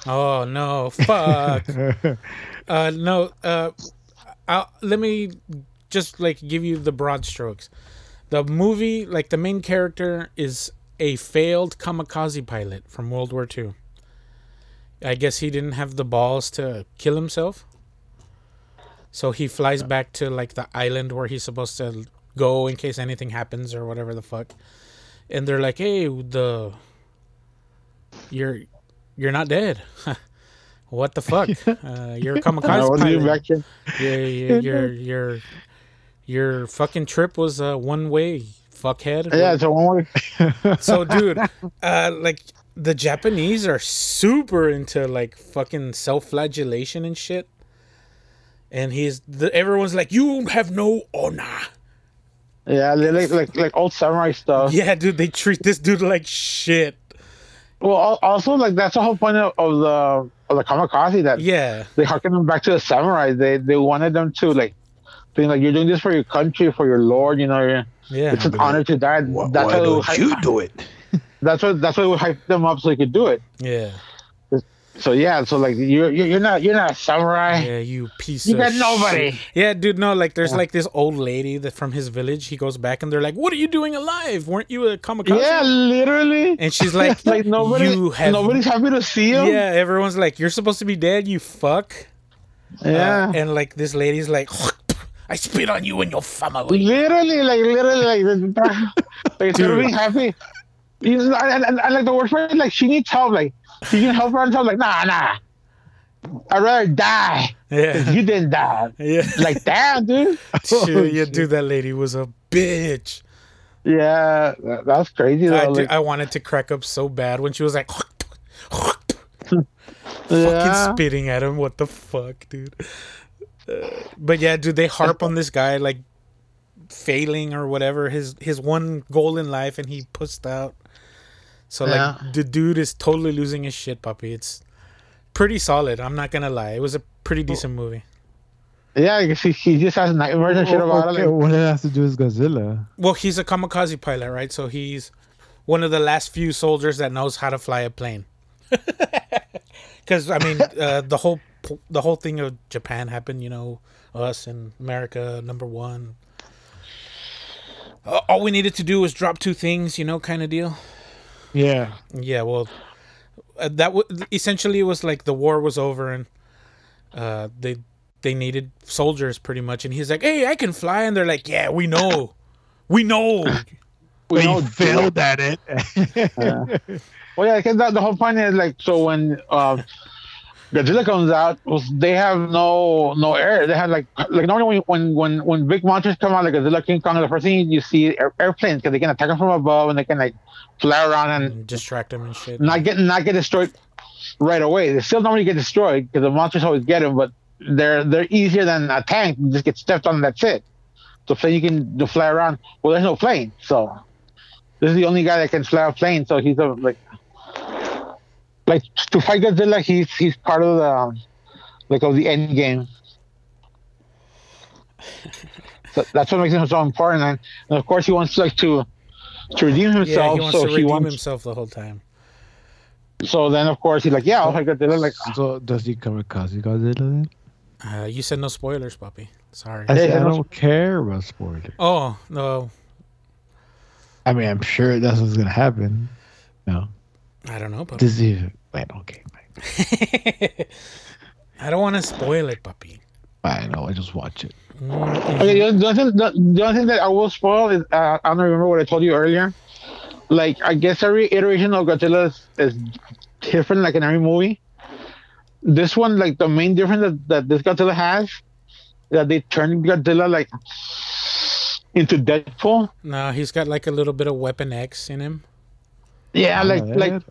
S2: oh no, fuck, uh, no, uh, I'll, let me just like give you the broad strokes. The movie, like the main character, is a failed kamikaze pilot from World War II. I guess he didn't have the balls to kill himself. So he flies back to like the island where he's supposed to go in case anything happens or whatever the fuck. And they're like, "Hey, the you're you're not dead. what the fuck? uh, you're a
S3: I
S2: kamikaze
S3: was
S2: pilot.
S3: you back in.
S2: Yeah, yeah, your your your fucking trip was uh, one way, fuckhead.
S3: Yeah, so one way.
S2: So, dude, uh, like the Japanese are super into like fucking self-flagellation and shit. And he's the, everyone's like, you have no honor.
S3: Yeah, they like like like old samurai stuff.
S2: Yeah, dude, they treat this dude like shit.
S3: Well, al- also like that's the whole point of, of the of the kamikaze that
S2: Yeah,
S3: they harken them back to the samurai. They they wanted them to like think like you're doing this for your country, for your lord. You know, you're-
S2: yeah,
S3: it's an honor to die.
S5: Why,
S3: that's
S5: why
S3: why, we
S5: don't
S3: hype,
S5: you do it?
S3: that's what that's why we hype them up so they could do it.
S2: yeah,
S3: So yeah, so like you're you're you're not you're not a samurai.
S2: yeah. You piece.
S3: You
S2: of
S3: got nobody.
S2: shit. Yeah, dude. No, like there's like this old lady that from his village. He goes back and they're like, "What are you doing alive? Weren't you a kamikaze?"
S3: Yeah, literally.
S2: And she's like,
S3: It's like nobody,
S2: you have
S3: nobody's happy to see him.
S2: Yeah, everyone's like, "You're supposed to be dead, you fuck." Uh,
S3: yeah.
S2: and like this lady's like, "I spit on you and your family."
S3: literally, like literally, like, like
S2: Dude.
S3: nobody's happy. You know, and, and, and like the worst part, is, like she needs help. Like she can help her and help. Like nah, nah. I'd rather die.
S2: Yeah,
S3: You didn't die.
S2: yeah.
S3: Like damn, dude.
S2: Shit, yeah, dude, that lady was a bitch.
S3: Yeah, that, that's crazy. Though.
S2: I, did-
S3: like,
S2: I wanted to crack up so bad when she was like,
S3: yeah.
S2: fucking spitting at him. What the fuck, dude? Uh, but yeah, dude, they harp on this guy like failing or whatever his his one goal in life, and he pushed out. So like
S3: Yeah.
S2: the dude is totally losing his shit, puppy. It's pretty solid. I'm not gonna lie. It was a pretty decent movie.
S3: yeah, because he, he just has nightmares and shit about
S4: Oh, Okay,
S3: it. Like,
S4: what it has to do is Godzilla.
S2: Well, he's a kamikaze pilot, right? So he's one of the last few soldiers that knows how to fly a plane. Because I mean, uh, the whole p- the whole thing of Japan happened, you know, us and America number one. Uh, all we needed to do was drop two things, you know, kind of deal.
S4: Yeah.
S2: Yeah, well, uh, that w- essentially it was like the war was over and uh, they they needed soldiers pretty much, and he's like, "Hey, I can fly," and they're like, "Yeah, we know, we know."
S3: we
S5: They
S3: don't do it.
S5: failed at it.
S3: Well, yeah, because the whole point is like, so when um, Godzilla comes out, was- they have no no air. They have like like normally when when when big monsters come out like Godzilla, King Kong, the first thing you see air, airplanes because they can attack them from above and they can like fly around and
S2: and distract him and shit.
S3: not get not get destroyed right away. They still normally get destroyed because the monsters always get them, but they're they're easier than a tank. You just get stepped on and that's it. So plane you can to fly around. Well, there's no plane, so this is the only guy that can fly a plane. So he's a, like like to fight Godzilla. He's he's part of the um, like of the end game. So that's what makes him so important, and, and of course he wants like to to redeem
S2: yeah,
S3: himself.
S2: he wants
S3: so
S2: to
S3: he
S2: redeem
S3: wants
S2: himself the whole time.
S3: so then, of course, he's like, "Yeah, I'll fight Godzilla." Like,
S4: So does he kamikaze Godzilla then?
S2: Uh, you said no spoilers, puppy. Sorry.
S4: I,
S3: Yeah,
S4: said,
S3: yeah,
S4: I
S3: no
S4: don't care about spoilers.
S2: Oh no,
S4: I mean, I'm sure that's what's gonna happen. No,
S2: I don't know, puppy.
S4: this is wait. Okay, fine.
S2: I don't want to spoil it, puppy.
S4: Fine. No, I just watch it.
S3: okay, the the other, thing, the, the other thing that I will spoil is uh, I don't remember what I told you earlier. Like, I guess every iteration of Godzilla is, is different, like in every movie. This one, like, the main difference that, that this Godzilla has, that they turned Godzilla like into Deadpool.
S2: No, he's got like a little bit of Weapon X in him.
S3: Yeah, like,
S4: Yeah,
S3: like,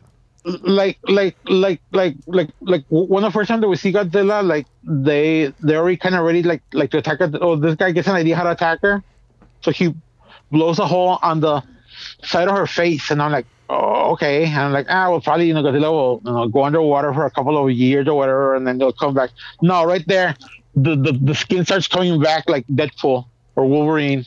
S3: like like like like like like one of the first time that we see Godzilla, like they they already kind of ready like like to attack. Her. Oh, this guy gets an idea how to attack her, so he blows a hole on the side of her face, and I'm like, oh okay, and I'm like ah, well probably you know Godzilla will you know, go underwater for a couple of years or whatever, and then they'll come back. No, right there, the the, the skin starts coming back like Deadpool or Wolverine.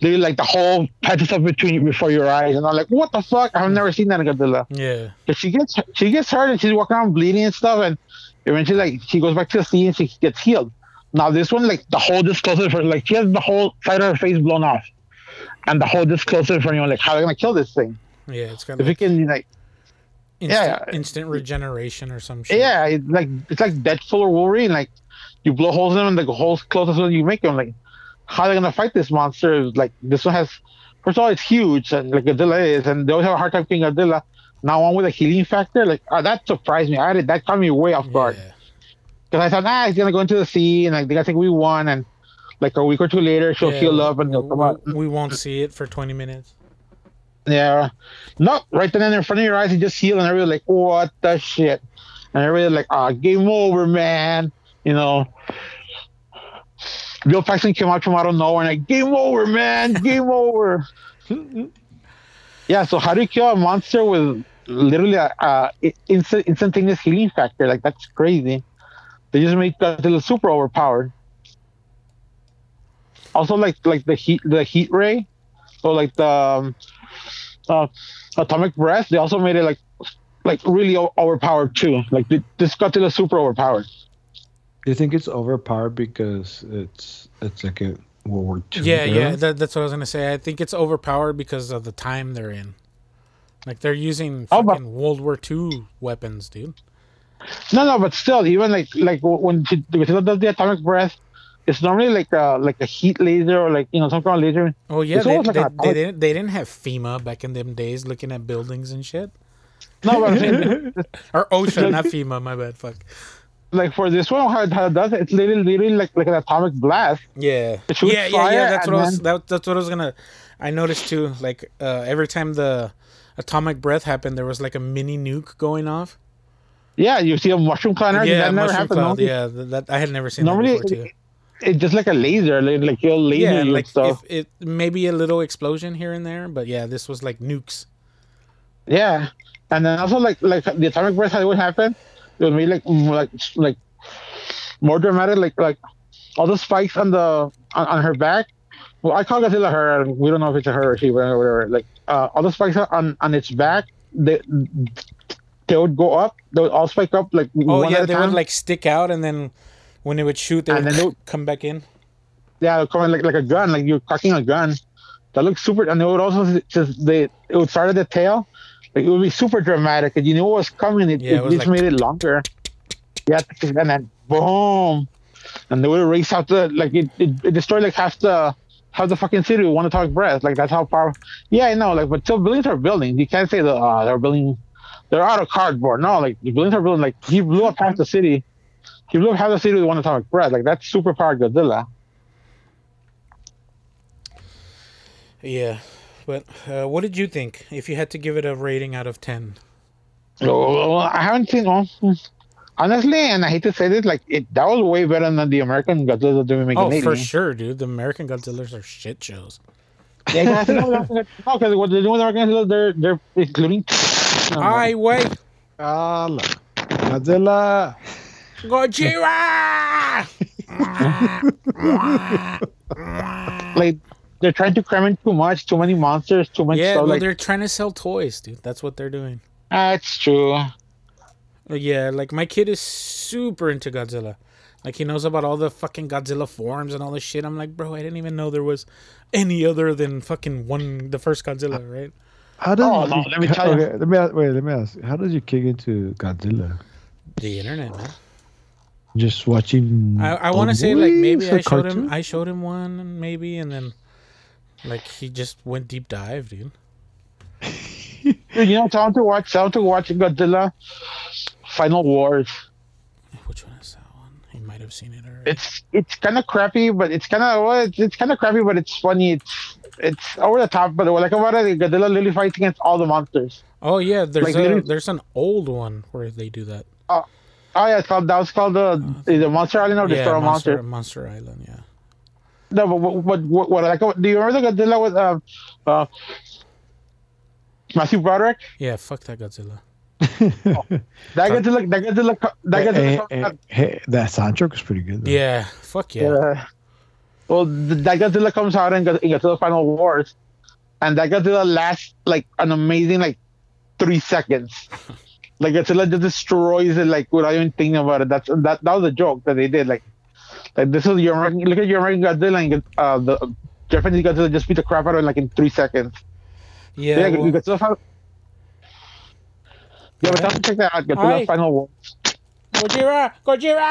S3: Literally, like the whole patches up between before your eyes, and I'm like, what the fuck? I've never seen that in Godzilla.
S2: Yeah,
S3: But she gets she gets hurt and she's walking around bleeding and stuff and eventually like she goes back to the sea and she gets healed. Now this one, like the whole disclosure for like she has the whole side of her face blown off, and the whole disclosure for you know, like how are they gonna kill this thing?
S2: Yeah, it's kind
S3: If
S2: of
S3: we
S2: like
S3: can like
S2: instant,
S3: yeah.
S2: instant regeneration or some shit.
S3: yeah, it's like it's like Deadpool or Wolverine, like you blow holes in them and the holes close as well you make them. Like how are they gonna fight this monster? It's Like this one has first of all it's huge and like Godzilla is, and they always have a hard time killing Godzilla. Now one with a healing factor, like ah, that surprised me. I did that caught me way off guard.
S2: Yeah.
S3: because I thought, ah, he's gonna go into the sea, and like, I think we won, and like a week or two later, she'll
S2: Yeah,
S3: heal up and he'll come
S2: we,
S3: out.
S2: We won't see it for 20 minutes.
S3: Yeah, no, right then and in front of your eyes, he just healed, and everybody like, what the shit, and everybody like, ah, game over, man. You know, Bill Paxton came out from out of nowhere, and like, game over, man, game over. yeah, so how do you kill a monster with literally a, a instant, instantaneous healing factor? Like that's crazy. They just make Godzilla super overpowered. Also, like like the heat the heat ray, so like the um, uh, atomic breath. They also made it like like really o- overpowered too. Like th- this Godzilla super overpowered.
S4: Do you think it's overpowered because it's it's like a World War
S3: Mm-hmm.
S4: II?
S2: yeah,
S4: era?
S2: yeah. That, that's what I was gonna say. I think it's overpowered because of the time they're in. Like they're using
S3: Oh,
S2: fucking
S3: but-
S2: World War II weapons, dude.
S3: No, no, but still, even like like w- when she- Godzilla does the atomic breath, it's normally like a like a heat laser or like you know some kind of laser.
S2: Oh yeah,
S3: It's
S2: they,
S3: almost like
S2: they,
S3: an
S2: they
S3: atomic-
S2: didn't they didn't have FEMA back in them days, looking at buildings and shit.
S3: No, but I'm saying
S2: Or OSHA, not FEMA. My bad. Fuck.
S3: like for this one, how it, how it does it, it's literally literally like like an atomic blast.
S2: Yeah.
S3: It shoots
S2: Yeah, yeah, yeah.
S3: fire
S2: That's
S3: and
S2: what I was.
S3: then-
S2: That, that's what I was gonna. I noticed too. Like uh, every time the atomic breath happened, there was like a mini nuke going off.
S3: Yeah, you see a mushroom cloud. and everything.
S2: yeah,
S3: that never
S2: mushroom
S3: happened.
S2: cloud.
S3: no?
S2: Yeah, th- that I had never seen
S3: Normally,
S2: that before too.
S3: It's just like a laser, like, like you'll laser
S2: Yeah,
S3: you
S2: like
S3: and stuff.
S2: if it maybe a little explosion here and there, but yeah, this was like nukes.
S3: Yeah, and then also like like the atomic breath, how it would happen, it would be like mm, like like more dramatic, like like all the spikes on the on, on her back. Well, I call Godzilla her. and We don't know if it's a her or she, whatever, whatever. Like uh, all the spikes on on its back, they they would go up. They would all spike up like one
S2: Oh
S3: at
S2: yeah,
S3: a
S2: they
S3: time.
S2: would like stick out, and then when it would shoot, they
S3: And
S2: would
S3: then they would-
S2: come back in.
S3: yeah, coming like like a gun, like you're cocking a gun. That looks super, and it would also just they it would start at the tail, like it would be super dramatic, and you knew what was coming. It,
S2: Yeah, it
S3: it
S2: was
S3: just
S2: like-
S3: made it longer. Yeah, and then boom, and they would race out the like it, it, it destroyed like half the half the fucking city with one atomic breath. Like that's how powerful. Yeah, I know. Like, but still, buildings are buildings. You can't say that uh, they're building, they're out of cardboard. No, like the buildings are building. Like he blew up half the city. He blew up half the city with one atomic breath. Like that's super powered Godzilla.
S2: Yeah, but uh, what did you think if you had to give it a rating out of ten?
S3: Oh, I haven't seen all. Honestly, and I hate to say this, like it that was way better than the American Godzilla that we make
S2: Oh,
S3: in '80.
S2: for sure, dude. The American Godzilla's are shit shows.
S3: Yeah, because what they're doing with American Godzilla, they're they're including.
S2: I wait,
S4: Godzilla. Godzilla.
S2: Gojira.
S3: like they're trying to cram in too much, too many monsters, too much
S2: Yeah,
S3: stuff.
S2: well,
S3: like
S2: they're trying to sell toys, dude. That's what they're doing.
S3: that's true.
S2: Uh, Yeah, like my kid is super into Godzilla. Like he knows about all the fucking Godzilla forms and all this shit. I'm like, bro, I didn't even know there was any other than fucking one, the first Godzilla, right?
S4: How does
S3: Oh, no, let me tell you.
S4: Okay, let me ask, wait. Let me ask. How does your kid into Godzilla?
S2: The internet, man.
S4: Just watching. Oh,
S2: I, I
S4: old
S2: want to say like maybe
S4: movies or
S2: I showed
S4: cartoons?
S2: him, I showed him one maybe, and then like he just went deep dive, dude.
S3: Dude, you know, tell them to watch, tell them to watch Godzilla Final Wars.
S2: Which one is that one? He might have seen it already.
S3: It's it's kind of crappy, but it's kind of well, it's, it's kind of crappy, but it's funny. It's it's over the top, but like about it, Godzilla literally fights against all the monsters.
S2: oh yeah, there's
S3: like,
S2: a,
S3: literally-
S2: there's an old one where they do that.
S3: Oh yeah, it's called that was called the Oh, the Monster Island or
S2: Yeah,
S3: Destroy
S2: Monster,
S3: Monster.
S2: Monster Island. Yeah.
S3: No, but what, what, what, what like do you remember the Godzilla with uh, uh, Matthew Broderick?
S2: Yeah. Fuck that Godzilla.
S3: That Godzilla, that Godzilla, co- that
S4: Hey,
S3: Godzilla.
S4: hey, Eh, hey, that soundtrack was pretty good. Though.
S2: Yeah. Fuck yeah.
S3: Uh, well, th- that Godzilla comes out in, Go- in Godzilla Final Wars, and that Godzilla lasts like an amazing like three seconds. like Godzilla just destroys it like without even thinking about it. That's that that was a joke that they did. Like Like this is your American, look at your American Godzilla and uh, the Japanese Godzilla just beat the crap out of it like in three seconds.
S2: Yeah.
S3: Yeah,
S2: well-
S3: Godzilla. Final, yeah, but have to check that out. Godzilla
S2: Alright.
S3: Final War.
S2: Gojira! Gojira!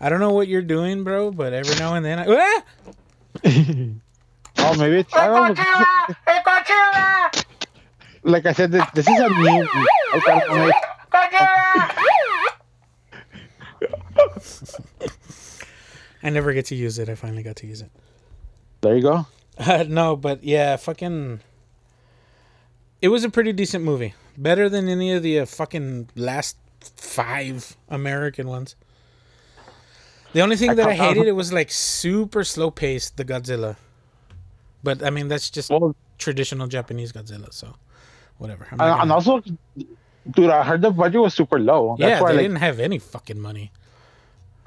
S2: I don't know what you're doing, bro, but every now and then I. Ah!
S3: Oh, maybe it's I don't know,
S2: Godzilla! Hey, Godzilla!
S3: like I said, this, this is a new. I don't know, like,
S2: Godzilla! I never get to use it. I finally got to use it.
S3: there you go.
S2: Uh, no, but yeah, fucking. It was a pretty decent movie. Better than any of the uh, fucking last five American ones. The only thing that I hated it was like super slow paced the Godzilla. But I mean that's just
S3: Well,
S2: traditional Japanese Godzilla, so whatever. I'm not
S3: and,
S2: gonna-
S3: and also, dude, I heard the budget was super low. That's
S2: yeah,
S3: why
S2: they
S3: like
S2: didn't have any fucking money.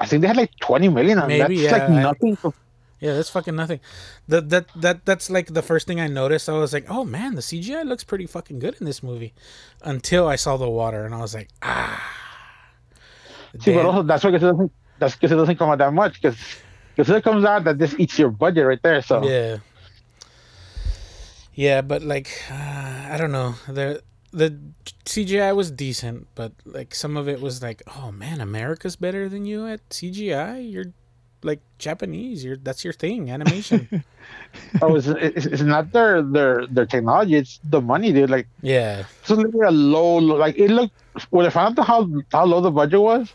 S3: I think they had like 20 million, and
S2: Maybe,
S3: that's like
S2: yeah, I-
S3: nothing. For,
S2: Yeah, that's fucking nothing. That that that that's like the first thing I noticed. I was like, "Oh man, the CGI looks pretty fucking good in this movie," until I saw the water, and I was like, "Ah."
S3: see, but
S2: Damn.
S3: also that's why Godzilla doesn't, that's because it doesn't come out that much because Godzilla comes out that just eats your budget right there. So
S2: Yeah. Yeah, but like, uh, I don't know. The the CGI was decent, but like some of it was like, oh man, America's better than you at CGI. You're like Japanese. You're that's your thing, animation.
S3: oh, it's, it's, it's not their their their technology; it's the money, dude. Like
S2: yeah,
S3: it's literally a low, low- like it looked. When I found out how how low the budget was,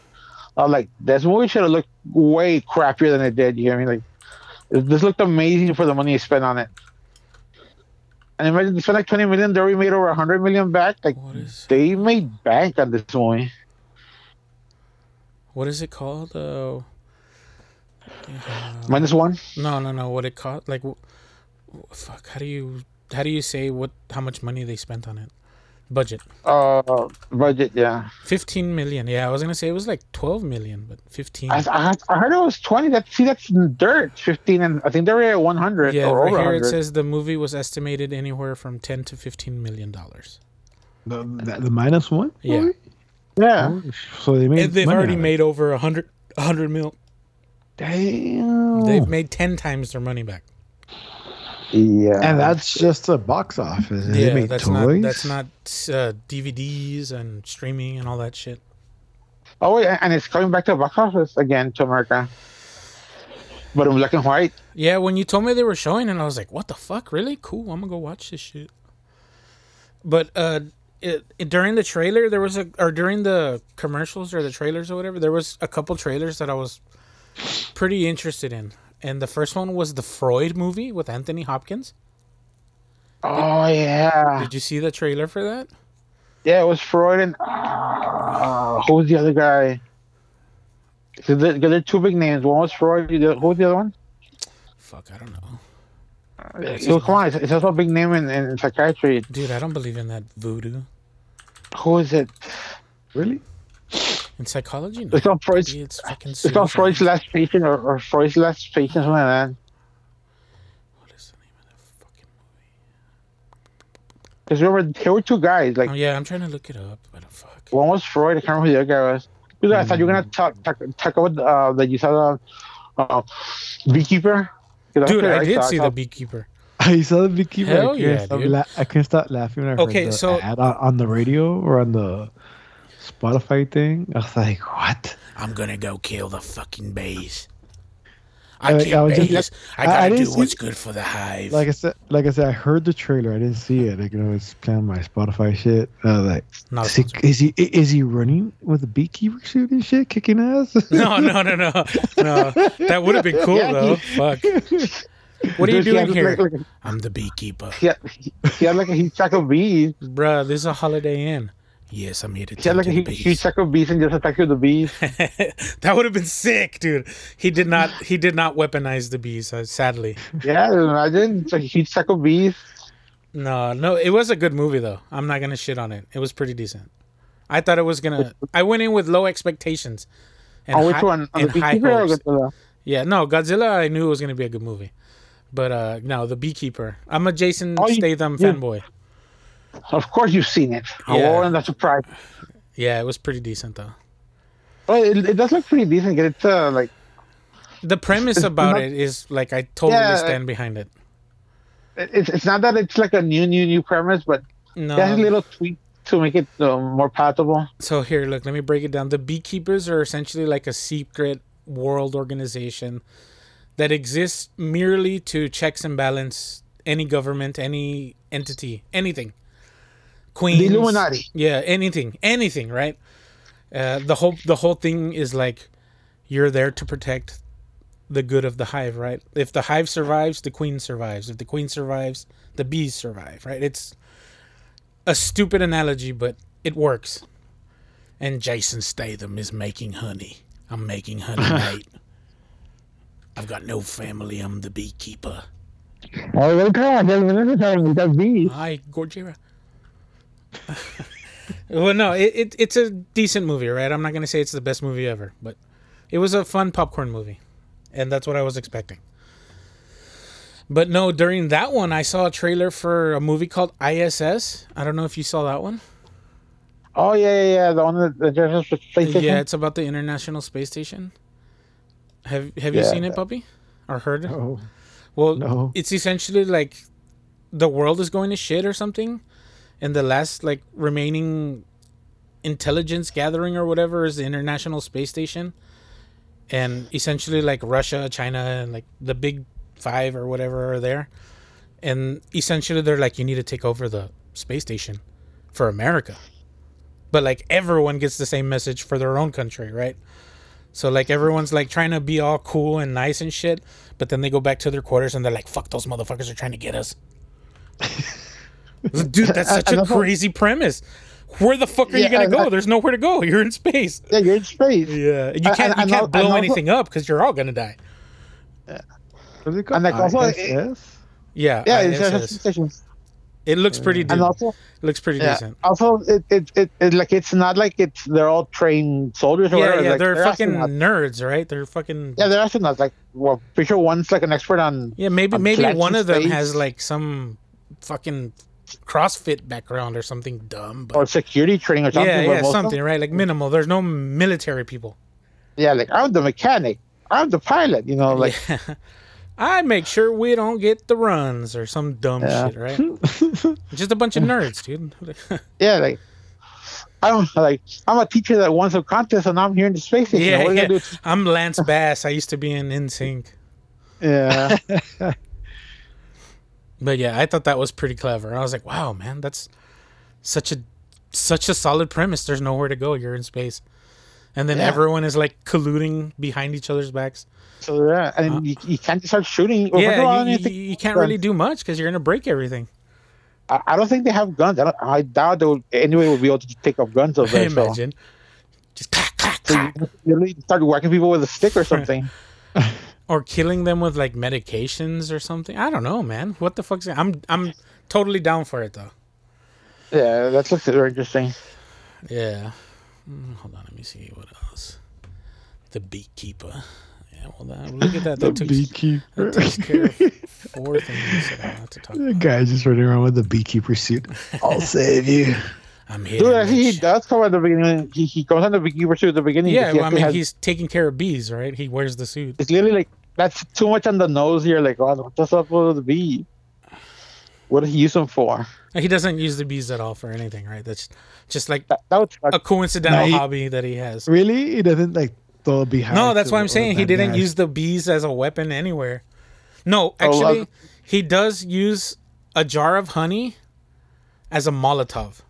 S3: I was like, this movie should have looked way crappier than it did. You know what I mean? Like this looked amazing for the money you spent on it. And imagine they spent like 20 million, they already made over 100 million back. Like
S2: What is-
S3: they made bank on this movie.
S2: what is it called? Uh,
S3: Minus one.
S2: no, no, no. What it cost? Like, w- w- fuck. How do you how do you say what how much money they spent on it? Budget
S3: Uh, budget. Yeah,
S2: fifteen million. Yeah, I was gonna say it was like twelve million, but fifteen.
S3: I, I, had- I heard it was 20. That see, that's dirt. 15, and I think they were at 100
S2: Yeah,
S3: or
S2: right
S3: over
S2: here it
S3: 100.
S2: says the movie was estimated anywhere from ten to fifteen million dollars.
S4: The, the, the minus one.
S2: Yeah.
S4: movie?
S3: yeah,
S4: So they made.
S2: And they've
S4: money
S2: already
S4: on it.
S2: made over a hundred a hundred mil.
S4: Damn.
S2: They've made ten times their money back.
S3: yeah.
S4: and that's just the box office. And they
S2: yeah,
S4: made
S2: that's
S4: toys.
S2: not that's not uh, DVDs and streaming and all that shit.
S3: Oh, wait, and it's coming back to the box office again to America. But in black and white.
S2: Yeah, when you told me they were showing, and I was like, "What the fuck? Really? Cool. I'm gonna go watch this shit." But uh, it, it- during the trailer, there was a or during the commercials or the trailers or whatever, there was a couple trailers that I was pretty interested in, and the first one was the Freud movie with Anthony Hopkins.
S3: Oh yeah,
S2: Did you see the trailer for that?
S3: yeah. It was Freud and uh, who was the other guy? So there, 'cause there are two big names. One was Freud. the- Who was the other one?
S2: Fuck, I don't know,
S3: So come on, it's, it's also a big name in, in psychiatry.
S2: dude. I don't believe in that voodoo
S3: Who is it?
S4: really.
S2: in psychology. No,
S3: It's on Freud's.
S2: Maybe it's fucking.
S3: It's on Freud's
S2: suicide.
S3: last patient or, or Freud's last patient, something like that.
S2: What is the name of that fucking
S3: Because remember, there were two guys. Like
S2: Oh yeah, I'm trying to look it up, but fuck.
S3: One was Freud. I can't remember who the other guy was. Dude, I
S2: Mm-hmm.
S3: thought you were gonna talk talk, talk about uh, that you saw the uh, beekeeper. 'Cause that's
S2: Dude,
S3: what
S2: I did
S3: saw.
S2: see the
S3: saw-
S2: beekeeper.
S4: I saw the beekeeper.
S2: Hell
S4: I, can't
S2: yeah,
S4: stop
S2: dude.
S4: la- I can't stop laughing when I
S2: Okay,
S4: heard the
S2: so-
S4: ad on, on the radio or on the Spotify thing. I was like, what?
S2: I'm gonna go kill the fucking bees.
S4: I-
S2: I
S4: I
S2: can't
S4: was just-
S2: bees. I
S4: I-
S2: gotta
S4: I didn't
S2: do
S4: see-
S2: what's good for the hive.
S4: Like I said, like I said, I heard the trailer. I didn't see it. Like, you know, it's playing on my Spotify shit. And I was like,
S2: Not
S4: is he, is he is he running with the beekeeper suit and shit, kicking ass?
S2: no, no, no, no, no. That would have been cool though. Fuck. What are you
S3: Dude, he
S2: doing
S3: had like-
S2: here?
S3: Like, like,
S2: I'm the beekeeper,
S3: he, had, he, he had like a huge sack of bees.
S2: bruh. This is a Holiday Inn. Yes, I'm here to
S3: He had
S2: tend
S3: like
S2: to
S3: a
S2: the
S3: huge, huge
S2: bees.
S3: sack of bees and just attacked with the bees.
S2: that would have been sick, dude. He did not. He did not weaponize the bees. Uh, sadly,
S3: yeah, imagine it's a huge sack of bees.
S2: no, no. It was a good movie though. I'm not gonna shit on it. It was pretty decent. I thought it was gonna. I went in with low expectations. And
S3: On Oh, which
S2: hi-
S3: one? On the
S2: and high
S3: beekeeper or
S2: hopes.
S3: Godzilla?
S2: Yeah, no, Godzilla. I knew it was gonna be a good movie, but uh no, the Beekeeper. I'm a Jason
S3: Oh, you-
S2: Statham
S3: you-
S2: fanboy.
S3: Of course, you've seen it.
S2: Yeah.
S3: Oh, and that's a surprise.
S2: Yeah, it was pretty decent though.
S3: Well, it, it does look pretty decent. 'cause It's uh, like
S2: The premise about
S3: not-
S2: it is like I totally
S3: Yeah,
S2: stand behind it.
S3: it- it's it's not that it's like a new new new premise, but
S2: No,
S3: it has a little tweak to make it uh, more palatable.
S2: So here, look, let me break it down. The beekeepers are essentially like a secret world organization that exists merely to checks and balance any government, any entity, anything. Queens,
S3: Illuminati.
S2: Yeah, anything, anything, right? Uh, the whole the whole thing is like you're there to protect the good of the hive, right? If the hive survives, the queen survives. If the queen survives, the bees survive, right? It's a stupid analogy, but it works. And Jason Statham is making honey. I'm making honey, mate. I've got no family. I'm the beekeeper.
S3: Oh, look at that bees.
S2: Hi, Gorgira. well, no, it, it, it's a decent movie, right? I'm not going to say it's the best movie ever, but it was a fun popcorn movie. And that's what I was expecting. But no, during that one, I saw a trailer for a movie called ISS. I don't know if you saw that one.
S3: Oh yeah, yeah, yeah. The one that the just PlayStation.
S2: Yeah, it's about the International Space Station. Have Have you
S3: Yeah.
S2: seen it, puppy, or heard? it?
S4: Oh,
S2: Well,
S4: No.
S2: it's essentially like the world is going to shit or something, and the last like remaining intelligence gathering or whatever is the International Space Station, and essentially like Russia, China, and like the big five or whatever are there, and essentially they're like, you need to take over the space station for America, but like everyone gets the same message for their own country, right? So like everyone's like trying to be all cool and nice and shit, but then they go back to their quarters and they're like, "Fuck those motherfuckers are trying to get us." Dude, that's such a
S3: love how-
S2: crazy premise. Where the fuck are you
S3: Yeah,
S2: gonna
S3: and
S2: go?
S3: I-
S2: There's nowhere to go. You're in space.
S3: yeah, you're in space.
S2: Yeah, you
S3: I-
S2: can't
S3: I- I
S2: you can't
S3: love- I
S2: blow
S3: love-
S2: anything up because you're all gonna die.
S4: what is it called?
S3: And like also, it-
S4: ISS?
S2: Yeah,
S3: Yeah,
S2: I-
S3: it's
S2: it's-
S3: just a PlayStation.
S2: it looks pretty.
S3: And
S2: Dude,
S3: also,
S2: looks pretty
S3: yeah.
S2: decent.
S3: Also, it, it, it, it like it's not like it's they're all trained soldiers or
S2: Yeah,
S3: whatever.
S2: yeah,
S3: like,
S2: they're, fucking
S3: astronauts.
S2: nerds, right? They're fucking
S3: Yeah, they're astronauts. Like, well, pretty sure one's like an expert on.
S2: Yeah, maybe
S3: on
S2: maybe
S3: flights
S2: one
S3: in
S2: of them
S3: space.
S2: has like some fucking CrossFit background or something dumb. But
S3: Or security training or something.
S2: yeah,
S3: but
S2: yeah,
S3: most of them-
S2: something right? Like minimal. There's no military people.
S3: Yeah, like I'm the mechanic, I'm the pilot. You know, like
S2: Yeah. I make sure we don't get the runs or some dumb
S3: Yeah.
S2: shit, right? Just a bunch of nerds, dude.
S3: yeah, like I'm like I'm a teacher that won some contest and I'm here in the space. station.
S2: yeah,
S3: what are you
S2: yeah.
S3: gonna
S2: I'm Lance Bass. I used to be in NSYNC.
S3: do? yeah.
S2: But yeah, I thought that was pretty clever. I was like, wow, man, that's such a such a solid premise. There's nowhere to go. You're in space. And then
S3: Yeah.
S2: everyone is like colluding behind each other's backs.
S3: So yeah, and you, you can't just start shooting.
S2: Uh-huh.
S3: Or
S2: yeah,
S3: yeah,
S2: you, you, you can't really do much because you're gonna break everything.
S3: I, I don't think they have guns. I, don't, I doubt they would, anyone would be able to take off guns over
S2: I
S3: there. So,
S2: imagine. Just clack, clack,
S3: so you
S2: clack.
S3: really start whacking people with a stick or something.
S2: or killing them with like medications or something. I don't know, man. What the fuck's I'm I'm totally down for it though.
S3: yeah, that looks very interesting.
S2: Yeah. Mm, Hold on, let me see what else. The beekeeper. Yeah, well, that, look at that.
S5: The
S2: That took,
S5: beekeeper.
S2: that takes care of four things that I have to talk
S5: The
S2: about.
S5: guy's just running around with the beekeeper suit. I'll save you.
S2: I'm here.
S3: Dude,
S2: to
S3: I
S2: make
S3: think he
S2: shit.
S3: does come at the beginning. He, he comes on the beekeeper suit at the beginning.
S2: Yeah,
S3: because he
S2: well, I
S3: actually
S2: mean,
S3: has-
S2: he's taking care of bees, right? He wears the suit.
S3: it's literally like that's too much on the nose. You're like, oh, what's up with the bee? What did he use them for?
S2: He doesn't use the bees at all for anything, right? That's just like
S3: That, that would suck.
S2: a coincidental
S5: No, he-
S2: hobby that he has.
S5: Really? He doesn't like throw a beehive.
S2: No, that's why
S5: or-
S2: I'm
S5: or
S2: saying he
S5: that
S2: didn't
S5: mask.
S2: use the bees as a weapon anywhere. No,
S3: Oh,
S2: actually,
S3: uh,
S2: he does use a jar of honey as a Molotov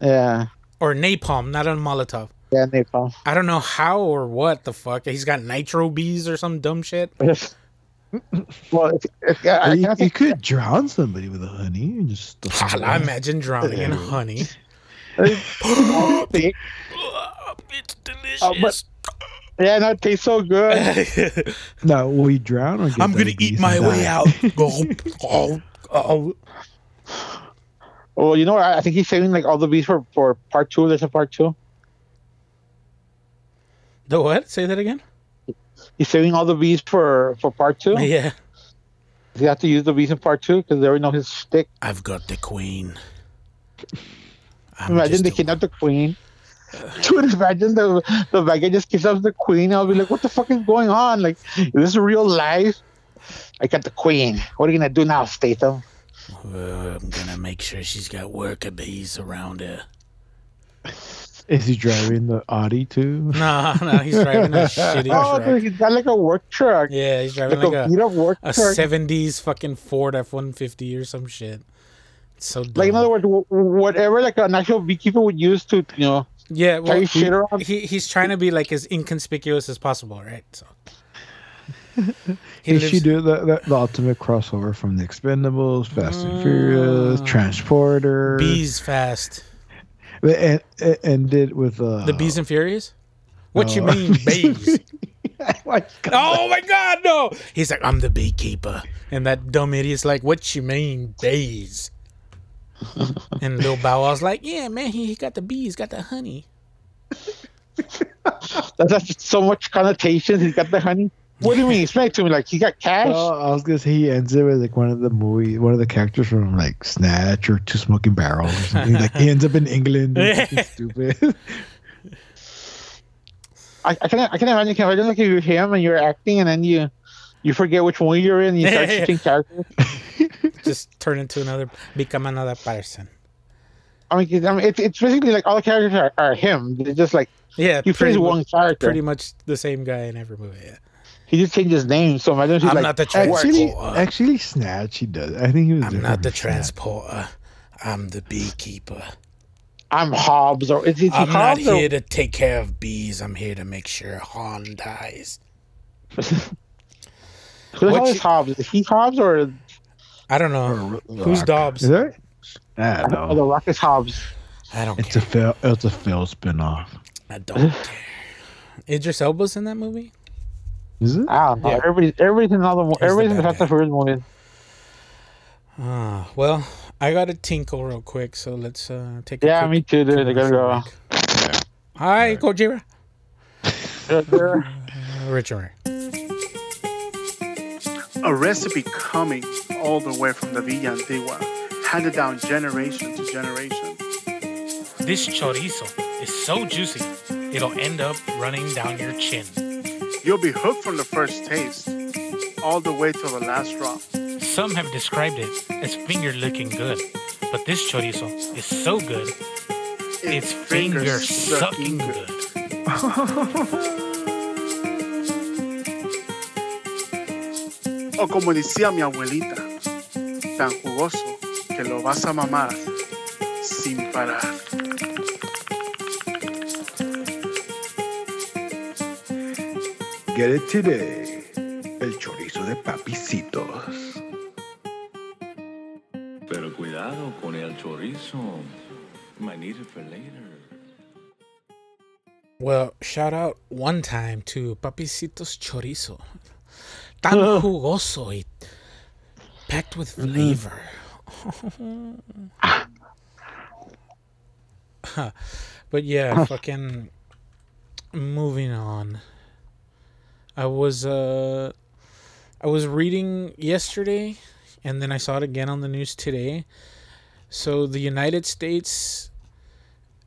S3: yeah,
S2: or napalm, not a Molotov.
S3: yeah, napalm.
S2: I don't know how or what the fuck. He's got nitro bees or some dumb shit.
S3: well, it's, it's, I,
S5: you,
S3: I kinda
S5: you
S3: think
S5: could drown somebody with a honey and just. stuff it
S2: I
S5: in.
S2: imagine drowning in honey.
S3: it's
S2: It's
S3: delicious. Yeah, no, it tastes so good.
S5: No, will you drown or get
S2: I'm gonna
S5: diabetes
S2: eat my
S5: and
S2: way
S5: die?
S2: out. Go, go, go.
S3: Well, you know, what? I, I think he's saving like all the bees for, for part two. There's a part two.
S2: The what? Say that again.
S3: He's saving all the bees for for part two. He
S2: Yeah.
S3: has to use the bees in part two because they already know his stick.
S2: I've got the queen. I'm
S3: Imagine
S2: just
S3: they
S2: a-
S3: kidnap the queen. Dude, imagine the the bad guy just gives up the queen. I'll be like, what the fuck is going on? Like, is this real life? I got the queen. What are you gonna do now, Statham?
S2: Well, I'm gonna make sure she's got worker bees around her.
S4: Is he driving the Audi too?
S2: No, no, he's driving a shitty
S3: Oh, dude,
S2: truck.
S3: he's got like a work truck.
S2: Yeah, he's driving
S3: Like,
S2: like
S3: a,
S2: a,
S3: beat up work
S2: a
S3: truck.
S2: 70s fucking Ford F-150 or some shit. It's so dumb.
S3: like in other words, w- whatever like an actual beekeeper would use to you know
S2: yeah, well,
S3: carry shit around.
S2: he, he's trying to be like as inconspicuous as possible, right? So he
S4: He should
S2: lives,
S4: do the, the, the ultimate crossover from the Expendables, Fast and Furious,
S2: Ah.
S4: Transporter,
S2: bees fast.
S4: and, and ended with uh,
S3: Oh.
S2: The Bees and Furious? What you
S4: no.
S2: mean, bees?
S4: Like,
S2: oh my God, no! He's like, I'm the beekeeper, and that dumb idiot's like, "What you mean, bees?" and Lil Bow Wow's like, "Yeah, man, he, he got the bees, got the honey."
S3: That's, that's so much connotations. He's got the honey. What do you mean? Explain it to me. Like he got
S2: Uh,
S3: cash.
S4: Well, I was gonna say he ends it with like one of the movie, one of the characters from like Snatch or Two Smoking Barrels or something. like he ends up in England. It's fucking stupid.
S3: I, I can I can imagine. Can imagine like if you're him and you're acting and then you you forget which one you're in. And you start shifting characters.
S2: Just turn into another, become another person.
S3: I mean, 'cause, I mean it's it's basically like all the characters are, are him. They're just like
S2: Yeah,
S3: he plays
S2: pretty, mu-
S3: one character.
S2: pretty much the same guy in every movie. Yeah.
S3: He just changed his name. So imagine he's
S2: I'm
S3: like
S2: not the
S3: "Work."
S4: actually,
S2: Transporter.
S4: actually, Snatch. He does. I think he was.
S2: uh, I'm
S4: different
S2: not the
S4: from Snatch.
S2: transporter. I'm the beekeeper.
S3: I'm Hobbs or is, is he
S2: I'm not
S3: Hobbs?
S2: here
S3: Or,
S2: to take care of bees. I'm here to make sure Han dies.
S3: who the
S2: What
S3: hell
S2: you-
S3: is Hobbs? Is he Hobbs or
S2: I don't know.
S5: uh,
S2: Who's Dobbs?
S4: Is that? I don't
S3: oh,
S4: know.
S3: the Rock is Hobbs?
S2: I don't
S4: It's
S2: care.
S4: a Phil. It's a Phil spinoff.
S2: I don't care. Idris Elba's in that movie?
S4: Is it?
S3: I don't know.
S2: Yeah.
S3: Everybody's everybody's in all the
S2: the
S3: everybody's in the
S2: bad
S3: Fast and Furious movies.
S2: Ah, well, I got to tinkle real quick, so let's uh, take a
S3: Yeah,
S2: quick
S3: me too, dude. They're gonna go.
S2: commercial break. Hi, Gojira.
S3: They're- they're-
S2: Uh, Richard.
S6: A recipe coming all the way from the Villa Antigua, handed down generation to generation.
S2: This chorizo is so juicy, it'll end up running down your chin.
S6: You'll be hooked from the first taste, all the way till the last drop.
S2: Some have described it as finger looking good, but this chorizo is so good, it's finger sucking good.
S6: O como decía mi abuelita, tan jugoso que lo vas a mamar sin parar.
S5: Get it today. El chorizo de papicitos.
S7: Pero cuidado con el chorizo. Might need it for later.
S2: Well, shout out one time to Papicitos Chorizo. Tan jugoso y packed with flavor. but yeah, fucking moving on. I was uh I was reading yesterday and then I saw it again on the news today. So the United States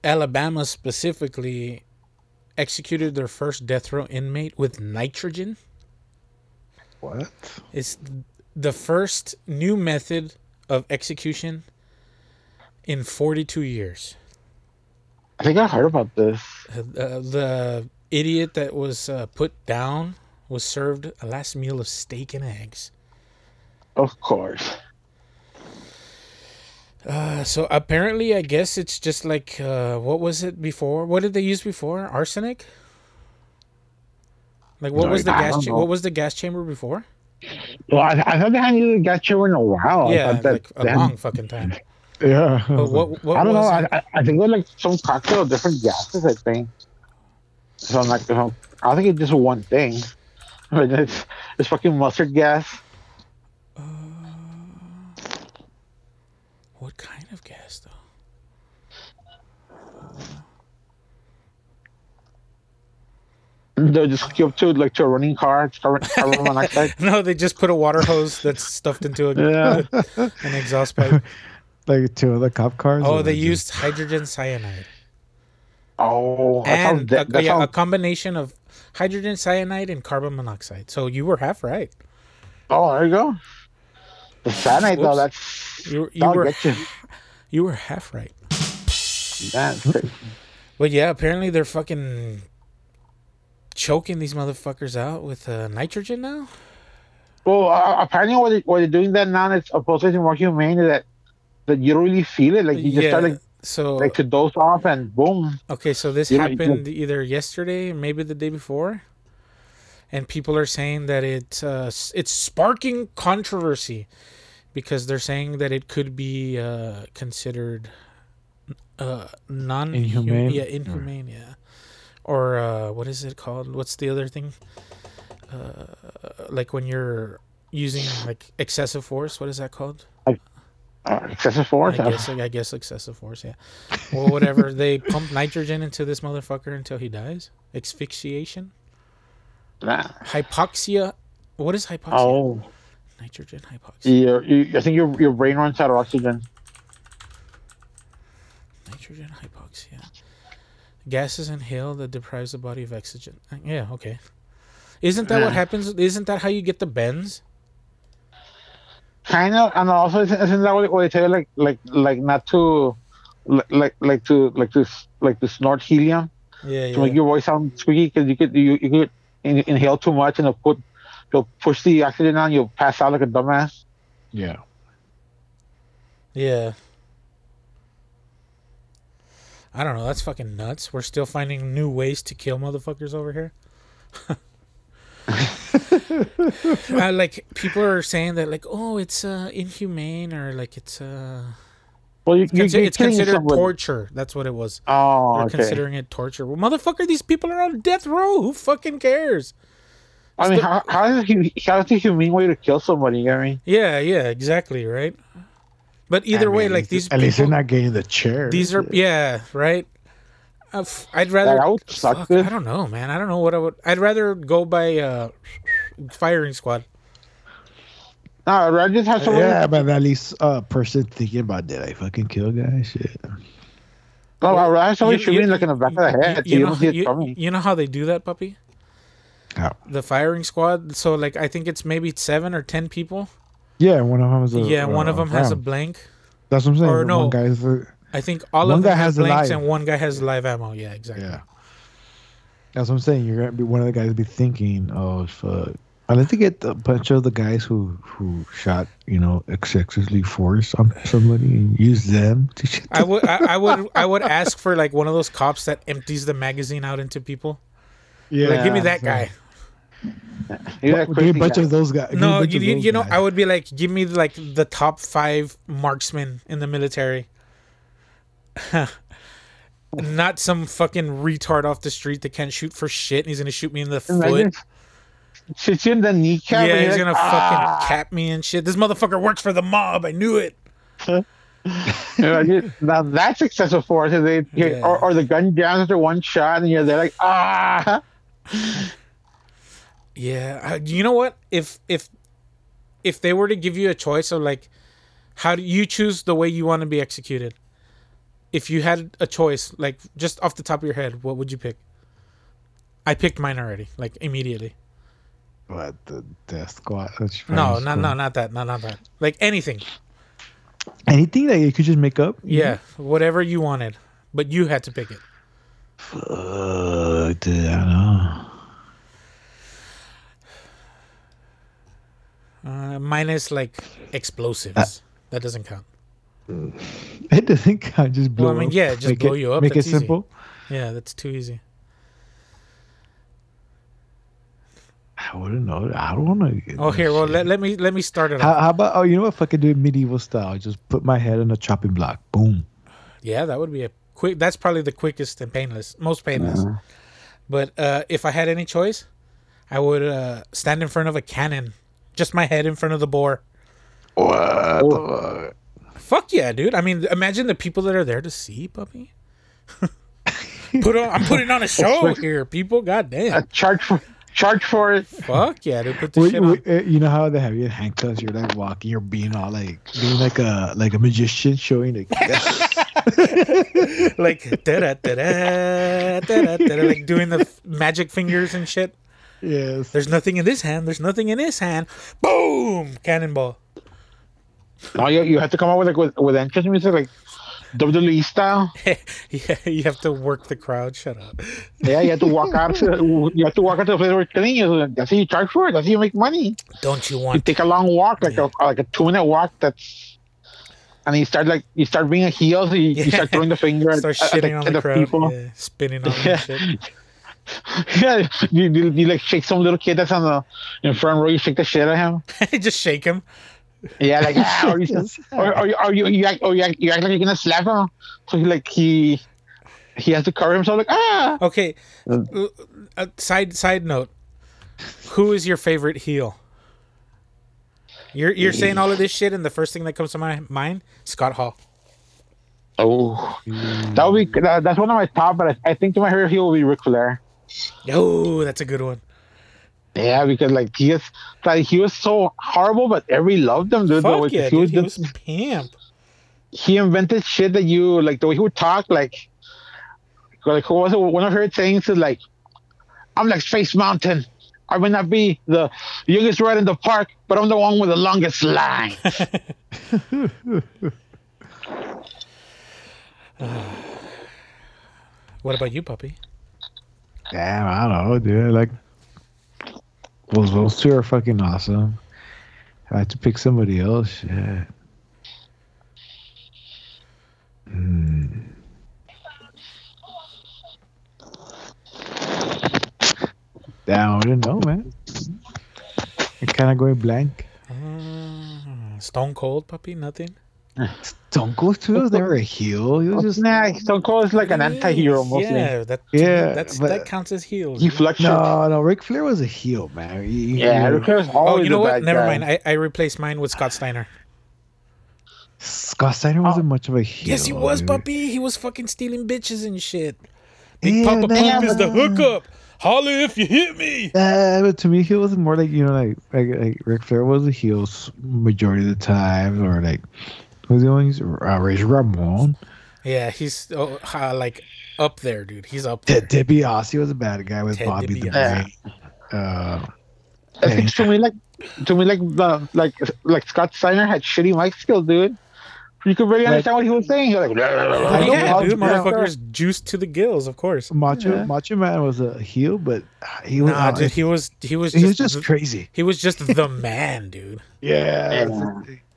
S2: Alabama specifically executed their first death row inmate with nitrogen.
S4: What?
S2: It's the first new method of execution in 42 years.
S3: I think I heard about this.
S2: Uh, the idiot that was uh, put down was served a last meal of steak and eggs.
S3: Of course.
S2: Uh, so apparently, I guess it's just like uh, what was it before? What did they use before? Arsenic. Like what
S4: No,
S2: was the
S3: I
S2: gas?
S3: don't
S2: Cha-
S3: know.
S2: what was the gas chamber before?
S3: Well, I, I thought they hadn't even got you in a while. Oh, I
S2: yeah,
S3: thought that,
S2: like a
S3: they
S2: long
S3: hadn't-
S2: fucking time.
S4: Yeah.
S2: But Oh, what? What
S3: I don't
S2: was
S3: know.
S2: it?
S3: I, I- I think it was like some cocktail of different gases. I think. So I'm like, um, I don't think it's just one thing. But it's, it's fucking mustard gas.
S2: What kind of gas, though?
S3: They'll just hook you up to like to a running car. It's carbon, carbon monoxide.
S2: No, they just put a water hose that's stuffed into a,
S3: Yeah.
S2: an exhaust pipe.
S4: like two other cop cars.
S2: Oh,
S4: or
S2: they
S4: just-
S2: used hydrogen cyanide.
S3: Oh, that sounds,
S2: and
S3: de-
S2: a,
S3: that
S2: yeah, a
S3: sounds
S2: combination of hydrogen cyanide and carbon monoxide. So you were half right.
S3: Oh, there you go. The cyanide, though,
S2: uh, Whoops.
S3: that's
S2: You, you
S3: that'll
S2: were
S3: get you.
S2: you were half right.
S3: That's crazy.
S2: But yeah, apparently they're fucking choking these motherfuckers out with uh, nitrogen now.
S3: Well, uh, apparently, what, they, what they're doing that now that's supposed to be more humane is that that you don't really feel it. Like you just
S2: yeah.
S3: start like,
S2: so
S3: like to doze off, and boom.
S2: okay, so this
S3: you know, you can-
S2: happened either yesterday or maybe the day before, and people are saying that it uh, s- it's sparking controversy because they're saying that it could be uh, considered uh, non
S4: Inhumane?
S2: Yeah, inhumane. Yeah, or uh, what is it called? What's the other thing? Uh, like when you're using like excessive force. What is that called?
S3: Uh, excessive force.
S2: I guess, I guess excessive force, yeah. Well, whatever. they pump nitrogen into this motherfucker until he dies. Asphyxiation,
S3: Nah.
S2: hypoxia. What is hypoxia?
S3: Oh, E-
S2: Nitrogen hypoxia.
S3: you, you, I think your your brain runs out of oxygen.
S2: Nitrogen hypoxia. Gases inhaled that deprives the body of oxygen. Uh, Yeah, okay. Isn't that what
S3: Yeah.
S2: happens? Isn't that how you get the bends?
S3: Kind of, and also isn't, isn't that what, what they tell you? Like, like, like not to, like, like, like to, like to, s- like to snort helium.
S2: Yeah,
S3: to make
S2: yeah.
S3: your voice sound squeaky because you could you, you could in, inhale too much and you'll put you'll push the oxygen on you'll pass out like a dumbass.
S4: Yeah.
S2: Yeah. I don't know. That's fucking nuts. We're still finding new ways to kill motherfuckers over here. uh, like people are saying that, like, oh, it's uh, inhumane or like it's uh,
S3: Well, you, you,
S2: consi-
S3: you're
S2: it's
S3: killing
S2: considered
S3: somebody.
S2: torture. That's what it was.
S3: Oh,
S2: They're
S3: okay.
S2: considering it torture. Well, motherfucker, these people are on death row. Who fucking cares?
S3: I mean, how, how is it, hu- how is it a humane way to kill somebody? You know what I mean,
S2: Yeah, yeah, exactly, right. But either way, like these
S4: At least they're
S2: people-
S4: not getting the chair.
S2: These are yeah, right. Uh, f- I'd rather.
S3: That would suck,
S2: Fuck,
S3: dude.
S2: I don't know, man. I don't know what I would. I'd rather go by uh, firing squad.
S3: no, I'd rather just have somebody.
S4: yeah, but at least a person thinking about did I fucking kill guy? Shit.
S3: no, I'd rather have somebody
S2: You-
S3: shoot
S2: you-
S3: me like in the back of the head.
S2: You,
S3: You,
S2: you know,
S3: don't see it
S2: you,
S3: coming.
S2: you know how they do that, puppy.
S4: How?
S2: The firing squad. So like, I think it's maybe seven or ten people.
S4: Yeah, one of them has a
S3: Oh,
S2: yeah, one of
S4: uh,
S2: them has a
S4: round.
S2: blank.
S4: That's what I'm saying.
S2: or no.
S4: One guy's a,
S2: I think all
S4: One
S2: of them
S4: guy
S2: has
S4: has a
S2: blanks
S4: live.
S2: and one guy has live ammo. Yeah, exactly.
S4: yeah. That's what I'm saying. You're gonna be one of the guys be thinking, oh fuck. Unless they get a bunch of the guys who who shot, you know, excessively force on somebody and use them to shit.
S2: I would, I, I would, I would ask for like one of those cops that empties the magazine out into people.
S4: yeah,
S2: Like, give me that guy.
S3: You're that
S4: Give
S3: crazy
S4: me a bunch
S3: guy.
S4: of those guys. Give me a
S2: No,
S4: bunch
S2: you,
S4: of
S2: you,
S4: those
S2: you know,
S4: guys.
S2: I would be like, give me like the top five marksmen in the military. Not some fucking retard off the street that can't shoot for shit and he's gonna shoot me in the
S3: Imagine
S2: foot.
S3: shoots you in the kneecap.
S2: Yeah,
S3: and
S2: he's
S3: you're
S2: gonna
S3: like, ah.
S2: fucking cap me and shit. This motherfucker works for the mob. I knew it.
S3: You're like, ah, now that's excessive force. and They,
S2: Yeah.
S3: or, or the gun down after one shot, and you're there like ah.
S2: Yeah, I- you know what? If if if they were to give you a choice of like, how do you choose the way you want to be executed? If you had a choice, like just off the top of your head, what would you pick? I picked mine already, like immediately.
S4: What the death squad? That's
S2: No,
S4: fine,
S2: not
S4: squad.
S2: no, not that, not not that. Like anything,
S4: Anything that you could just make up.
S2: yeah, whatever you wanted, but you had to pick it.
S4: Fuck, dude, I don't know.
S2: Uh, minus like explosives. That doesn't count.
S4: It doesn't count. Just blow.
S2: Well, I mean,
S4: up.
S2: yeah, just
S4: Make
S2: blow
S4: it,
S2: you up,
S4: Make
S2: that's
S4: it
S2: easy.
S4: simple.
S2: Yeah, that's too easy.
S4: I wouldn't know. I don't want to.
S2: Oh, here, well, let, let me let me start it off.
S4: How, how about? Oh, you know what? Fucking do it medieval style. Just put my head on a chopping block. Boom.
S2: Yeah, that would be a quick. That's probably the quickest and painless, most painless.
S4: Uh-huh.
S2: But uh, if I had any choice, I would uh, stand in front of a cannon, just my head in front of the bore. What? Fuck yeah, dude! I mean, imagine the people that are there to see, puppy. Put on, I'm putting on a show here, people. God damn.
S3: a charge for Charge for it.
S2: Fuck yeah, dude. Put the
S4: We,
S2: shit on.
S4: we, uh, you know how they have you in handcuffs? You're like walking, you're being all like being like a like a magician showing like
S2: like da da da da da da, like doing the f- magic fingers and shit.
S4: yes.
S2: There's nothing in this hand. There's nothing in this hand. Boom! Cannonball.
S3: No, you, you have to come up with like with, with entrance music like WWE style.
S2: yeah, you have to work the crowd. Shut up.
S3: Yeah, you have to walk out. To, you have to walk out to the place where it's killing you. That's how you charge for it. That's how you make money.
S2: Don't you
S3: You
S2: want?
S3: take a long walk, like a like a two minute walk. That's and you start like you start being a heel. So you, you
S2: Yeah.
S3: start throwing the finger at,
S2: Start
S3: at, at,
S2: shitting
S3: the,
S2: on
S3: at
S2: the
S3: the
S2: crowd.
S3: people.
S2: Yeah, spinning on
S3: Yeah.
S2: yeah. shit.
S3: Yeah, you, you, you like shake some little kid that's on the in front row. You shake the shit out of him.
S2: Just shake him.
S3: Yeah, like ah, or you, or, or, you- or you you act, or you act, you act like you're gonna slap him. So he like he he has to cover himself like ah.
S2: Okay. Uh, uh, side side note. Who is your favorite heel? You're you're saying all of this shit, and the first thing that comes to my mind, Scott Hall.
S3: Oh, that would be that, that's one of my top. But I, I think to my hero, he will be Ric Flair.
S2: Oh, that's a good one.
S3: Yeah, because like he is like he was so horrible, but every loved him. Dude, the way
S2: Fuck yeah,
S3: he,
S2: dude,
S3: was
S2: he
S3: just,
S2: was pimp.
S3: he invented shit that you like the way he would talk. Like, like who was it? One of her things is like, I'm like Space Mountain. I may not be the youngest ride in the park, but I'm the one with the longest line.
S2: What about you, puppy?
S4: Damn, I don't know, dude. Like those those two are fucking awesome. I had to pick somebody else. Yeah. Hmm. Damn, I didn't know, man. I'm kind of going blank.
S2: Stone Cold, puppy, nothing.
S4: Don't go to was never a heel. He was just
S3: nah, Stone Cold is like an anti-hero mostly.
S2: Yeah, that
S4: Yeah,
S2: yeah, that's,
S4: but-
S2: that counts as heels.
S3: He fluctuates.
S4: no, no. Ric Flair was a heel, man. He- he-
S3: Yeah, Ric Flair is
S2: Oh,
S3: always
S2: you know
S3: a
S2: what?
S3: bad
S2: Never
S3: guy.
S2: mind. I, I replaced mine with Scott Steiner.
S4: Scott Steiner wasn't much of a heel.
S2: Yes, he was,
S4: dude.
S2: puppy. He was fucking stealing bitches and shit. Big Papa
S4: nah,
S2: Poop is the
S4: but-
S2: hookup. Holla if you hit me.
S4: Uh, but to me, he was more like you know, like like, like Ric Flair was a heel s- majority of the time, or like who's the one? He's uh, Razor Ramon.
S2: Yeah, he's oh, uh, like up there, dude. He's up there.
S4: Ted DiBiase was a bad guy with
S2: Ted
S4: Bobby the
S2: DiBiase.
S4: Brain. Uh,
S3: I think to me like to me like the like like Scott Steiner had shitty mic skills, dude. You could barely understand what he was saying. You're like,
S2: Oh, yeah,
S3: Yeah.
S2: dude, motherfucker's juiced to the gills, of course.
S4: Macho Macho Man was a heel, but he was
S2: Nah,
S4: uh,
S2: dude, he was he was
S4: he was
S2: just,
S4: just
S2: th-
S4: crazy.
S2: he was just the man, dude.
S4: Yeah,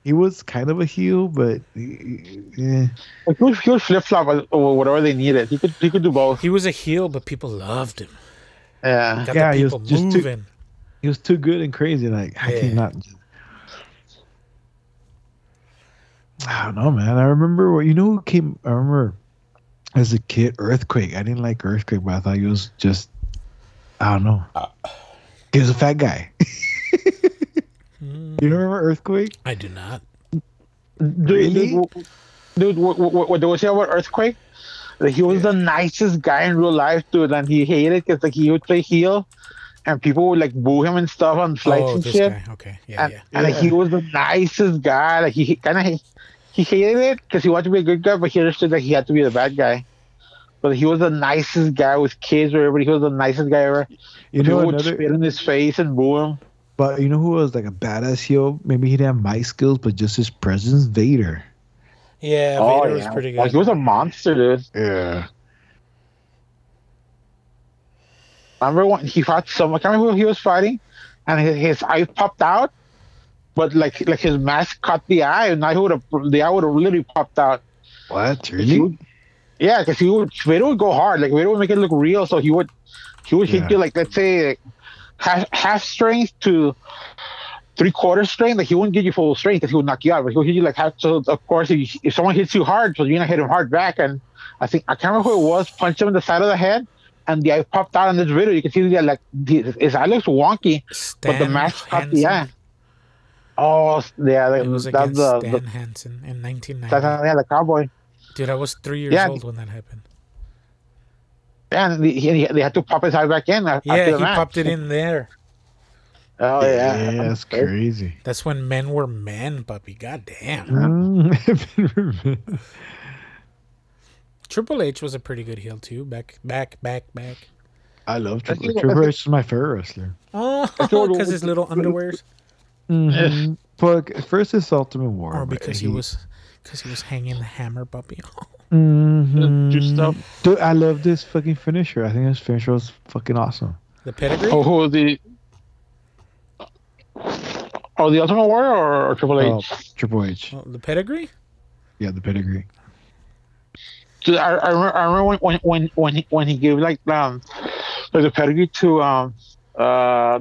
S4: he was kind of a heel, but he, yeah.
S3: Like, he would, he would flip flop or whatever they needed. He could he could do both.
S2: He was a heel, but people loved him.
S3: Yeah.
S2: Got
S4: Yeah,
S2: the
S4: he was
S2: people
S4: just too-
S2: moving.
S4: he was too good and crazy. Like I
S2: Yeah.
S4: cannot. I don't know, man. I remember what you know. Who came? I remember as a kid, Earthquake. I didn't like Earthquake, but I thought he was just. I don't know. He was a fat guy. you remember Earthquake?
S2: I do not.
S3: Dude,
S4: Really?
S3: dude, w- dude what, what, what they would say about Earthquake? Like, he was the nicest guy in real life, dude, and he hated because like he would play heel, and people would like boo him and stuff on flights
S2: Oh,
S3: and
S2: this
S3: shit.
S2: guy. Okay, yeah,
S3: and,
S2: yeah.
S3: and, Ah, like, he was the nicest guy. Like he kind of he hated it because he wanted to be a good guy, but he understood that he had to be the bad guy. But he was the nicest guy with kids or everybody. He was the nicest guy ever.
S4: You
S3: People
S4: know
S3: would
S4: another.
S3: spit in his face and boo him.
S4: But you know who was like a badass heel? Maybe he didn't have my skills, but just his presence. Vader.
S2: Yeah,
S3: oh
S2: Vader
S3: yeah,
S2: was pretty good.
S3: like he was a monster, dude.
S4: Yeah.
S3: I remember when he fought someone. I can't remember who he was fighting, and his, his eye popped out. But like like his mask caught the eye, and I would have the eye would have literally popped out.
S4: What
S3: He
S4: really?
S3: would- yeah, because he would Vader would go hard. Like Vader would make it look real. So he would he would
S4: Yeah.
S3: hit you like let's say like, half half strength to three quarter strength. Like he wouldn't give you full strength because he would knock you out. But he would hit you like half. So of course, if, if someone hits you hard, so you're gonna hit him hard back. And I think I can't remember who it was. Punched him in the side of the head. And the eye popped out in this video. You can see that, like, the- his eye looks wonky, but the
S2: Stan
S3: mask caught the eye.
S2: Hansen.
S3: Oh, yeah, like,
S2: It was
S3: that's
S2: against
S3: the,
S2: Stan
S3: the,
S2: Hansen in
S3: that's,
S2: 1990.
S3: yeah, the cowboy.
S2: Dude, I was three years
S3: Yeah.
S2: old when that happened.
S3: Yeah, and he, he, they had to pop his eye back in. a-
S2: Yeah,
S3: after the
S2: he
S3: match.
S2: popped it in there.
S3: Oh yeah,
S4: that's crazy.
S2: That's when men were men, puppy. God damn.
S4: Mm.
S2: Triple H was a pretty good heel too. Back, back, back, back.
S4: I love Triple H.
S3: think-
S4: Triple H is my favorite wrestler.
S2: Oh,
S3: thought it
S2: because his
S3: was-
S2: little underwears,
S4: Mhm. But first, it's Ultimate War.
S2: or Mm-hmm. Oh,
S4: but
S2: because he was, because he was hanging the hammer, puppy.
S4: Mhm.
S3: Just stuff.
S4: Dude, I love this fucking finisher. I think this finisher was fucking awesome.
S2: The pedigree.
S3: Oh the. Oh, the Ultimate Warrior or, or Triple H?
S4: Oh, Triple H.
S2: Oh, the pedigree.
S4: Yeah, the pedigree.
S3: Dude, I, I remember, I remember when, when when he, when he gave like um like the pedigree to um uh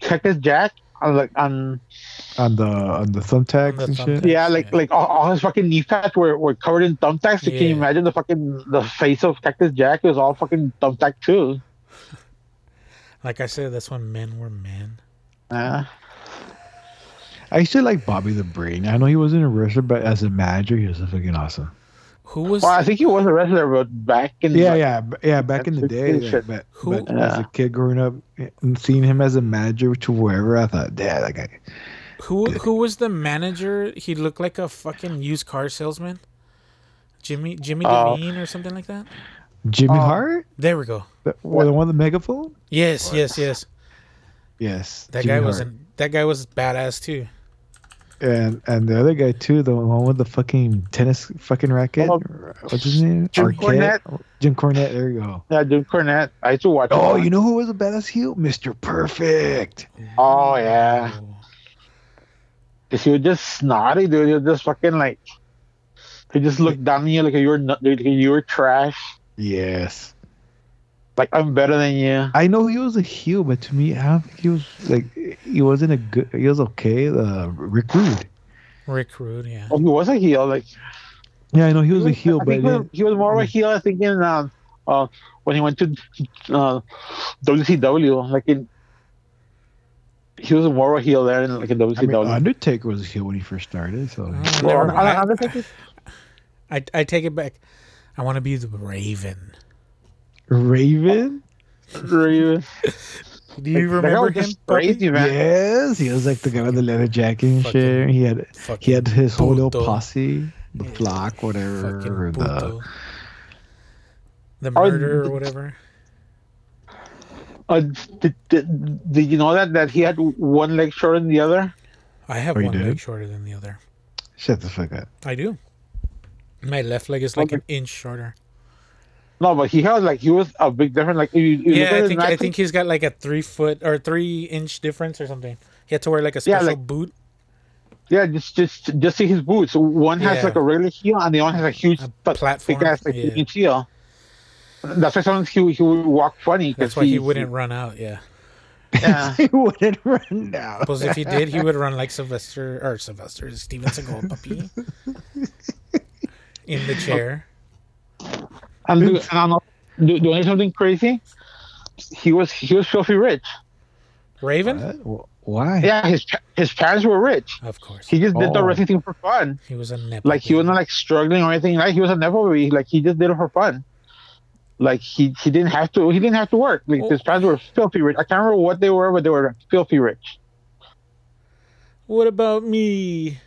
S3: Texas Jack on like on
S4: On the on the thumbtacks
S2: On the
S4: and shit.
S2: thumbtacks.
S3: yeah like
S2: Yeah.
S3: like all, all his fucking knee pads were, were covered in thumbtacks. Can
S2: Yeah.
S3: you imagine the fucking the face of Cactus Jack was all fucking thumbtack too?
S2: Like I said, that's when men were men.
S3: Yeah.
S4: I used to like Bobby the Brain. I know he wasn't a wrestler, but as a manager, he was fucking awesome.
S2: Who was
S3: Well, I think he was a wrestler, but back in
S4: Yeah,
S3: like,
S4: yeah, b- yeah. Back in the
S3: That's
S4: day,
S3: pretty
S4: like,
S3: shit.
S4: but,
S2: Who-
S4: but as a kid growing up and seeing him as a manager to wherever, I thought, yeah, that guy.
S2: who? Who was the manager? He looked like a fucking used car salesman. Jimmy Jimmy
S3: Oh.
S2: Devine or something like that.
S4: Jimmy
S3: Oh.
S4: Hart,
S2: There we go.
S4: the, well, the one with the megaphone.
S2: Yes, yes, yes.
S4: Yes,
S2: That
S4: Jimmy
S2: guy
S4: Hart.
S2: wasn't. That guy was badass too.
S4: and and the other guy too, the one with the fucking tennis fucking racket.
S3: Oh,
S4: What's his name?
S3: Jim
S4: Arquette? Jim Cornette. There you go.
S3: yeah, Jim Cornette. I used to watch.
S4: Oh,
S3: him.
S4: you know who was a badass heel? Mr. Perfect.
S3: Oh yeah, because he was just snotty, dude. He was just fucking like he just looked down at you like you were nut- like you were trash.
S4: Yes.
S3: Like I'm better than you.
S4: I know he was a heel, but to me, I don't think he was like he wasn't a good. He was okay. Uh, Rick Rude.
S2: Rick Rude. Yeah.
S3: Oh, he was a heel. Like
S4: Yeah, I know he was a heel,
S3: I
S4: but
S3: think he was,
S4: then-
S3: he was more of a heel. I think in um, uh, when he went to uh, WCW, like in he was more of a heel there in like in
S4: I mean, uh,
S3: WCW.
S4: Undertaker was a heel when he first started. So
S2: Oh,
S3: Well,
S2: never mind.
S3: I- I- Undertaker-
S2: I, I take it back. I want to be the Raven.
S4: Raven.
S3: Raven.
S2: Do you
S3: That guy
S2: remember
S3: was
S2: him?
S3: just crazy man.
S4: Yes, he was like the guy with the leather jacket and
S2: Fucking
S4: shit. He had he had his whole little
S2: puto.
S4: posse, the flock,
S2: Fucking
S4: whatever. The,
S2: puto. The
S3: Oh,
S2: murder or whatever.
S3: Uh, did, did, did you know that that he had one leg shorter than the other?
S2: I have
S4: Oh,
S2: one
S4: you
S2: leg
S4: did?
S2: shorter than the other.
S4: shut the fuck up.
S2: I do. My left leg is like
S3: Okay.
S2: an inch shorter.
S3: No, but he had like he was a big difference. Like you, you look
S2: Yeah,
S3: at
S2: I
S3: his
S2: think I
S3: matches-
S2: think he's got like a three foot or three inch difference or something. He had to wear like a
S3: Yeah,
S2: special
S3: like-
S2: boot,
S3: Yeah, just just just see his boots. One has
S2: Yeah.
S3: like a regular heel, and the other has a huge
S2: a
S3: but
S2: platform.
S3: big ass like
S2: yeah.
S3: huge heel. That's why sometimes he he would walk funny. 'cause
S2: That's why he wouldn't run out. Yeah,
S3: Yeah.
S4: he wouldn't run now.
S2: suppose if he did, he would run like Sylvester or Sylvester Steven Seagal puppy in the chair.
S3: and do, and I'm not, do, do you know something crazy? He was he was filthy rich.
S2: Raven,
S4: What? Why?
S3: Yeah, his pa- his parents were rich.
S2: of course,
S3: He just did the
S4: Oh.
S3: wrestling thing for fun.
S2: he was a nepo.
S3: like he
S2: baby.
S3: was not like struggling or anything like he was a nepo baby like he just did it for fun like he he didn't have to he didn't have to work like his parents were filthy rich i can't remember what they were but they were filthy rich
S2: What about me?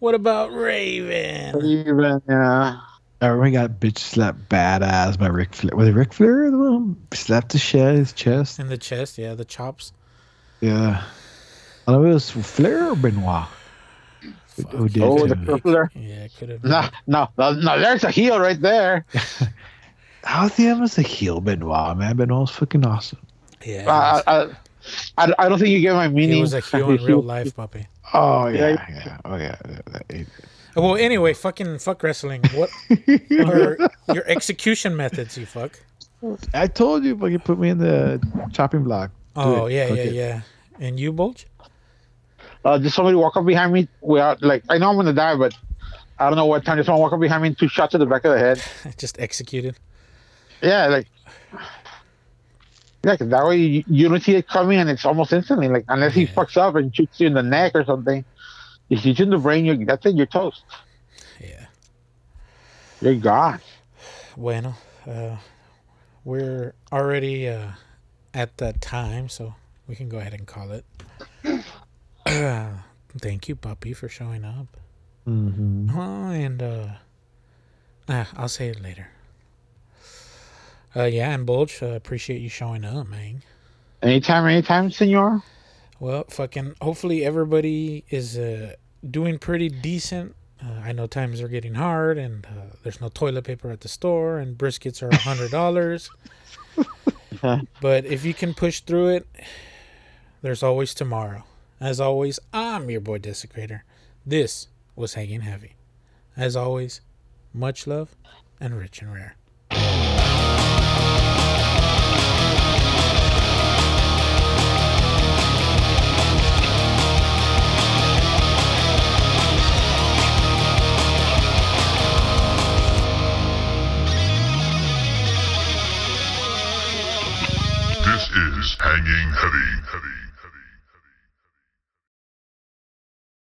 S2: What about Raven?
S3: even yeah
S4: I remember he got bitch slapped badass by Ric Flair. Was it Ric Flair? The one who slapped the shit out of his chest.
S2: In the chest, yeah, the chops.
S4: Yeah. I don't know if it was Flair or Benoit. Who, who did
S3: oh the
S4: it.
S3: filthy
S2: Yeah, it could have.
S3: no, no, no, no, there's a heel right there.
S4: How the hell was a heel Benoit, man? Benoit was fucking awesome.
S2: Yeah,
S3: Uh, I, I, I don't think you get my
S2: he
S3: meaning.
S2: was a heel in real life, puppy.
S4: Oh yeah,
S3: yeah,
S4: yeah, oh yeah. that- that-
S2: Well, anyway, fucking fuck wrestling. What are your execution methods, you fuck?
S4: I told you, fucking put me in the chopping block. Do
S2: Oh,
S4: it.
S2: yeah,
S4: Fuck
S2: yeah,
S4: it.
S2: yeah. And you, Bulge?
S3: Uh, just somebody walk up behind me without, like, I know I'm gonna die, but I don't know what time. Just someone walk up behind me and two shots to the back of the head.
S2: Just executed.
S3: Yeah, like yeah, 'cause that way you, you don't see it coming and it's almost instantly. Like unless he
S2: Yeah.
S3: fucks up and shoots you in the neck or something, he shoots you in the brain. You that's it. You're toast.
S2: Yeah.
S3: You're gone.
S2: Bueno. Uh, We're already uh, at that time, so we can go ahead and call it. Thank you, Puppy, for showing up.
S4: Mm-hmm.
S2: Oh, and uh, ah, I'll say it later. Uh, yeah, and Bulge, uh, appreciate you showing up, man.
S3: Anytime, anytime, senor.
S2: Well, fucking, hopefully everybody is uh, doing pretty decent. Uh, I know times are getting hard, and uh, there's no toilet paper at the store, and briskets are a hundred dollars. but if you can push through it, there's always tomorrow. As always, I'm your boy Desecrator. This was hanging heavy. As always, much love and rich and rare.
S1: This is Hanging Heavy. heavy.